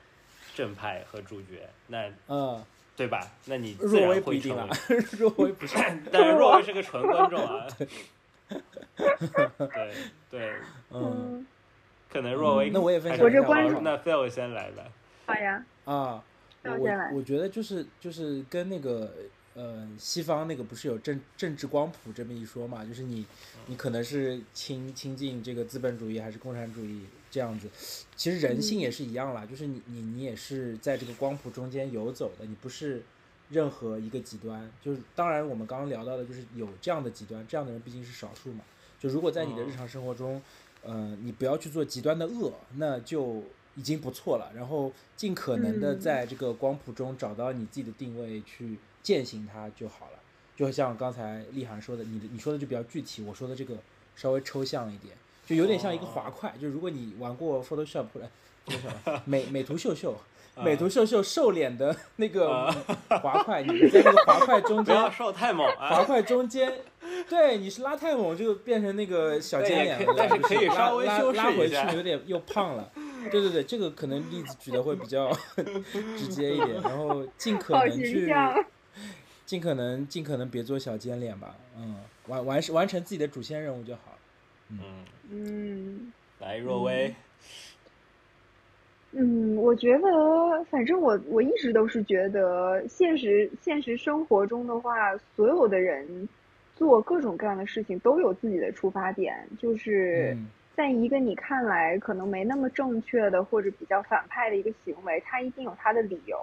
Speaker 1: 正派和主角，那
Speaker 3: 嗯，
Speaker 1: 对吧？那你自
Speaker 3: 若
Speaker 1: 然
Speaker 3: 薇不
Speaker 1: 会
Speaker 3: 一定啊
Speaker 1: 成为
Speaker 3: 啦。， 若薇 不是。
Speaker 1: 但 是若薇是个纯观众啊，对对，
Speaker 3: 嗯，
Speaker 1: 可能若薇
Speaker 3: 那我也分
Speaker 1: 还
Speaker 3: 享
Speaker 1: 是
Speaker 2: 我这
Speaker 1: 好
Speaker 2: 观众
Speaker 1: 那 Phil 先来吧。
Speaker 2: 好呀，
Speaker 3: 啊，我
Speaker 2: 跳下
Speaker 3: 我
Speaker 2: 来
Speaker 3: 我觉得就是就是跟那个呃西方那个不是有政政治光谱这么一说嘛，就是你你可能是亲亲近这个资本主义还是共产主义这样子，其实人
Speaker 2: 嗯
Speaker 3: 性也是一样啦，就是你你你也是在这个光谱中间游走的，你不是。任何一个极端，就是当然我们刚刚聊到的，就是有这样的极端，这样的人毕竟是少数嘛。就如果在你的日常生活中，呃，你不要去做极端的恶，那就已经不错了。然后尽可能的
Speaker 2: 嗯
Speaker 3: 在这个光谱中找到你自己的定位，去践行它就好了。就像刚才立涵说的，你的你说的就比较具体，我说的这个稍微抽象一点，就有点像一个滑块。就如果你玩过 Photoshop 或者 Photoshop 美美图秀秀。美图秀秀瘦脸的那个滑块，你在那个滑块中
Speaker 1: 不
Speaker 3: 间
Speaker 1: 要瘦太猛
Speaker 3: 滑
Speaker 1: 啊，
Speaker 3: 块中间，对，你是拉太猛就变成那个小尖脸
Speaker 1: 对也
Speaker 3: 了，
Speaker 1: 可以但是可以
Speaker 3: 就
Speaker 1: 稍微
Speaker 3: 拉
Speaker 1: 修饰
Speaker 3: 拉拉回
Speaker 1: 一下
Speaker 3: 去有点又胖了。对对对，这个可能例子举的会比较直接一点，然后尽可
Speaker 2: 好
Speaker 3: 能
Speaker 2: 形
Speaker 3: 去
Speaker 2: 象，
Speaker 3: 尽可能尽可能别做小尖脸吧，嗯，完完完成自己的主线任务就好。
Speaker 1: 嗯，
Speaker 2: 嗯。
Speaker 1: 来若薇，
Speaker 2: 嗯，我觉得，反正我我一直都是觉得，现实现实生活中的话，所有的人做各种各样的事情都有自己的出发点，就是
Speaker 3: 嗯
Speaker 2: 在一个你看来可能没那么正确的或者比较反派的一个行为，他一定有他的理由，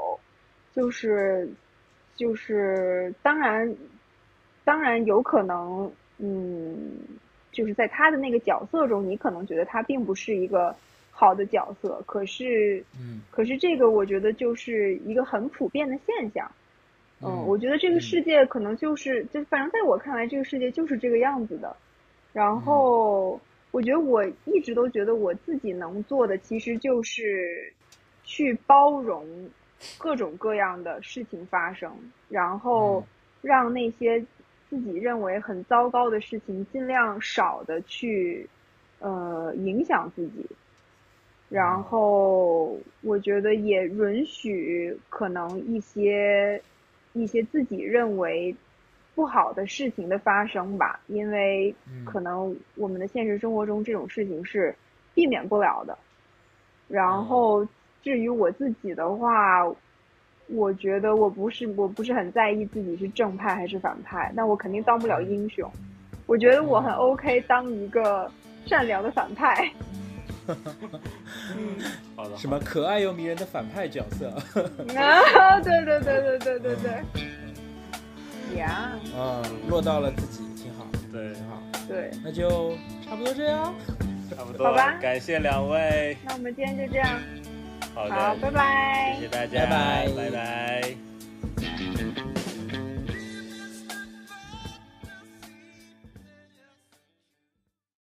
Speaker 2: 就是就是，当然当然有可能，嗯，就是在他的那个角色中，你可能觉得他并不是一个好的角色，可是
Speaker 3: 嗯
Speaker 2: 可是这个我觉得就是一个很普遍的现象。
Speaker 3: 嗯
Speaker 2: 嗯，我觉得这个世界可能就是，就反正在我看来，这个世界就是这个样子的。然后，我觉得我一直都觉得我自己能做的，其实就是去包容各种各样的事情发生，然后
Speaker 3: 嗯
Speaker 2: 让那些自己认为很糟糕的事情，尽量少的去呃影响自己。然后我觉得也允许可能一些一些自己认为不好的事情的发生吧，因为
Speaker 3: 嗯
Speaker 2: 可能我们的现实生活中这种事情是避免不了的。然后至于我自己的话，我觉得我不是我不是很在意自己是正派还是反派，那我肯定当不了英雄。我觉得我很 OK 当一个善良的反派。
Speaker 1: 好的，好的
Speaker 3: 什么可爱又迷人的反派角色
Speaker 2: 啊，对对对对对对对，呀、
Speaker 1: 嗯
Speaker 3: 啊，落到了自己挺好。
Speaker 1: 对，
Speaker 3: 好，
Speaker 2: 对，
Speaker 3: 那就差不多这样，
Speaker 1: 差不多
Speaker 2: 好吧，
Speaker 1: 感谢两位，
Speaker 2: 那我们今天就这样，
Speaker 1: 好的，
Speaker 2: 好，拜拜
Speaker 1: 谢谢大家，
Speaker 3: 拜拜
Speaker 1: 拜拜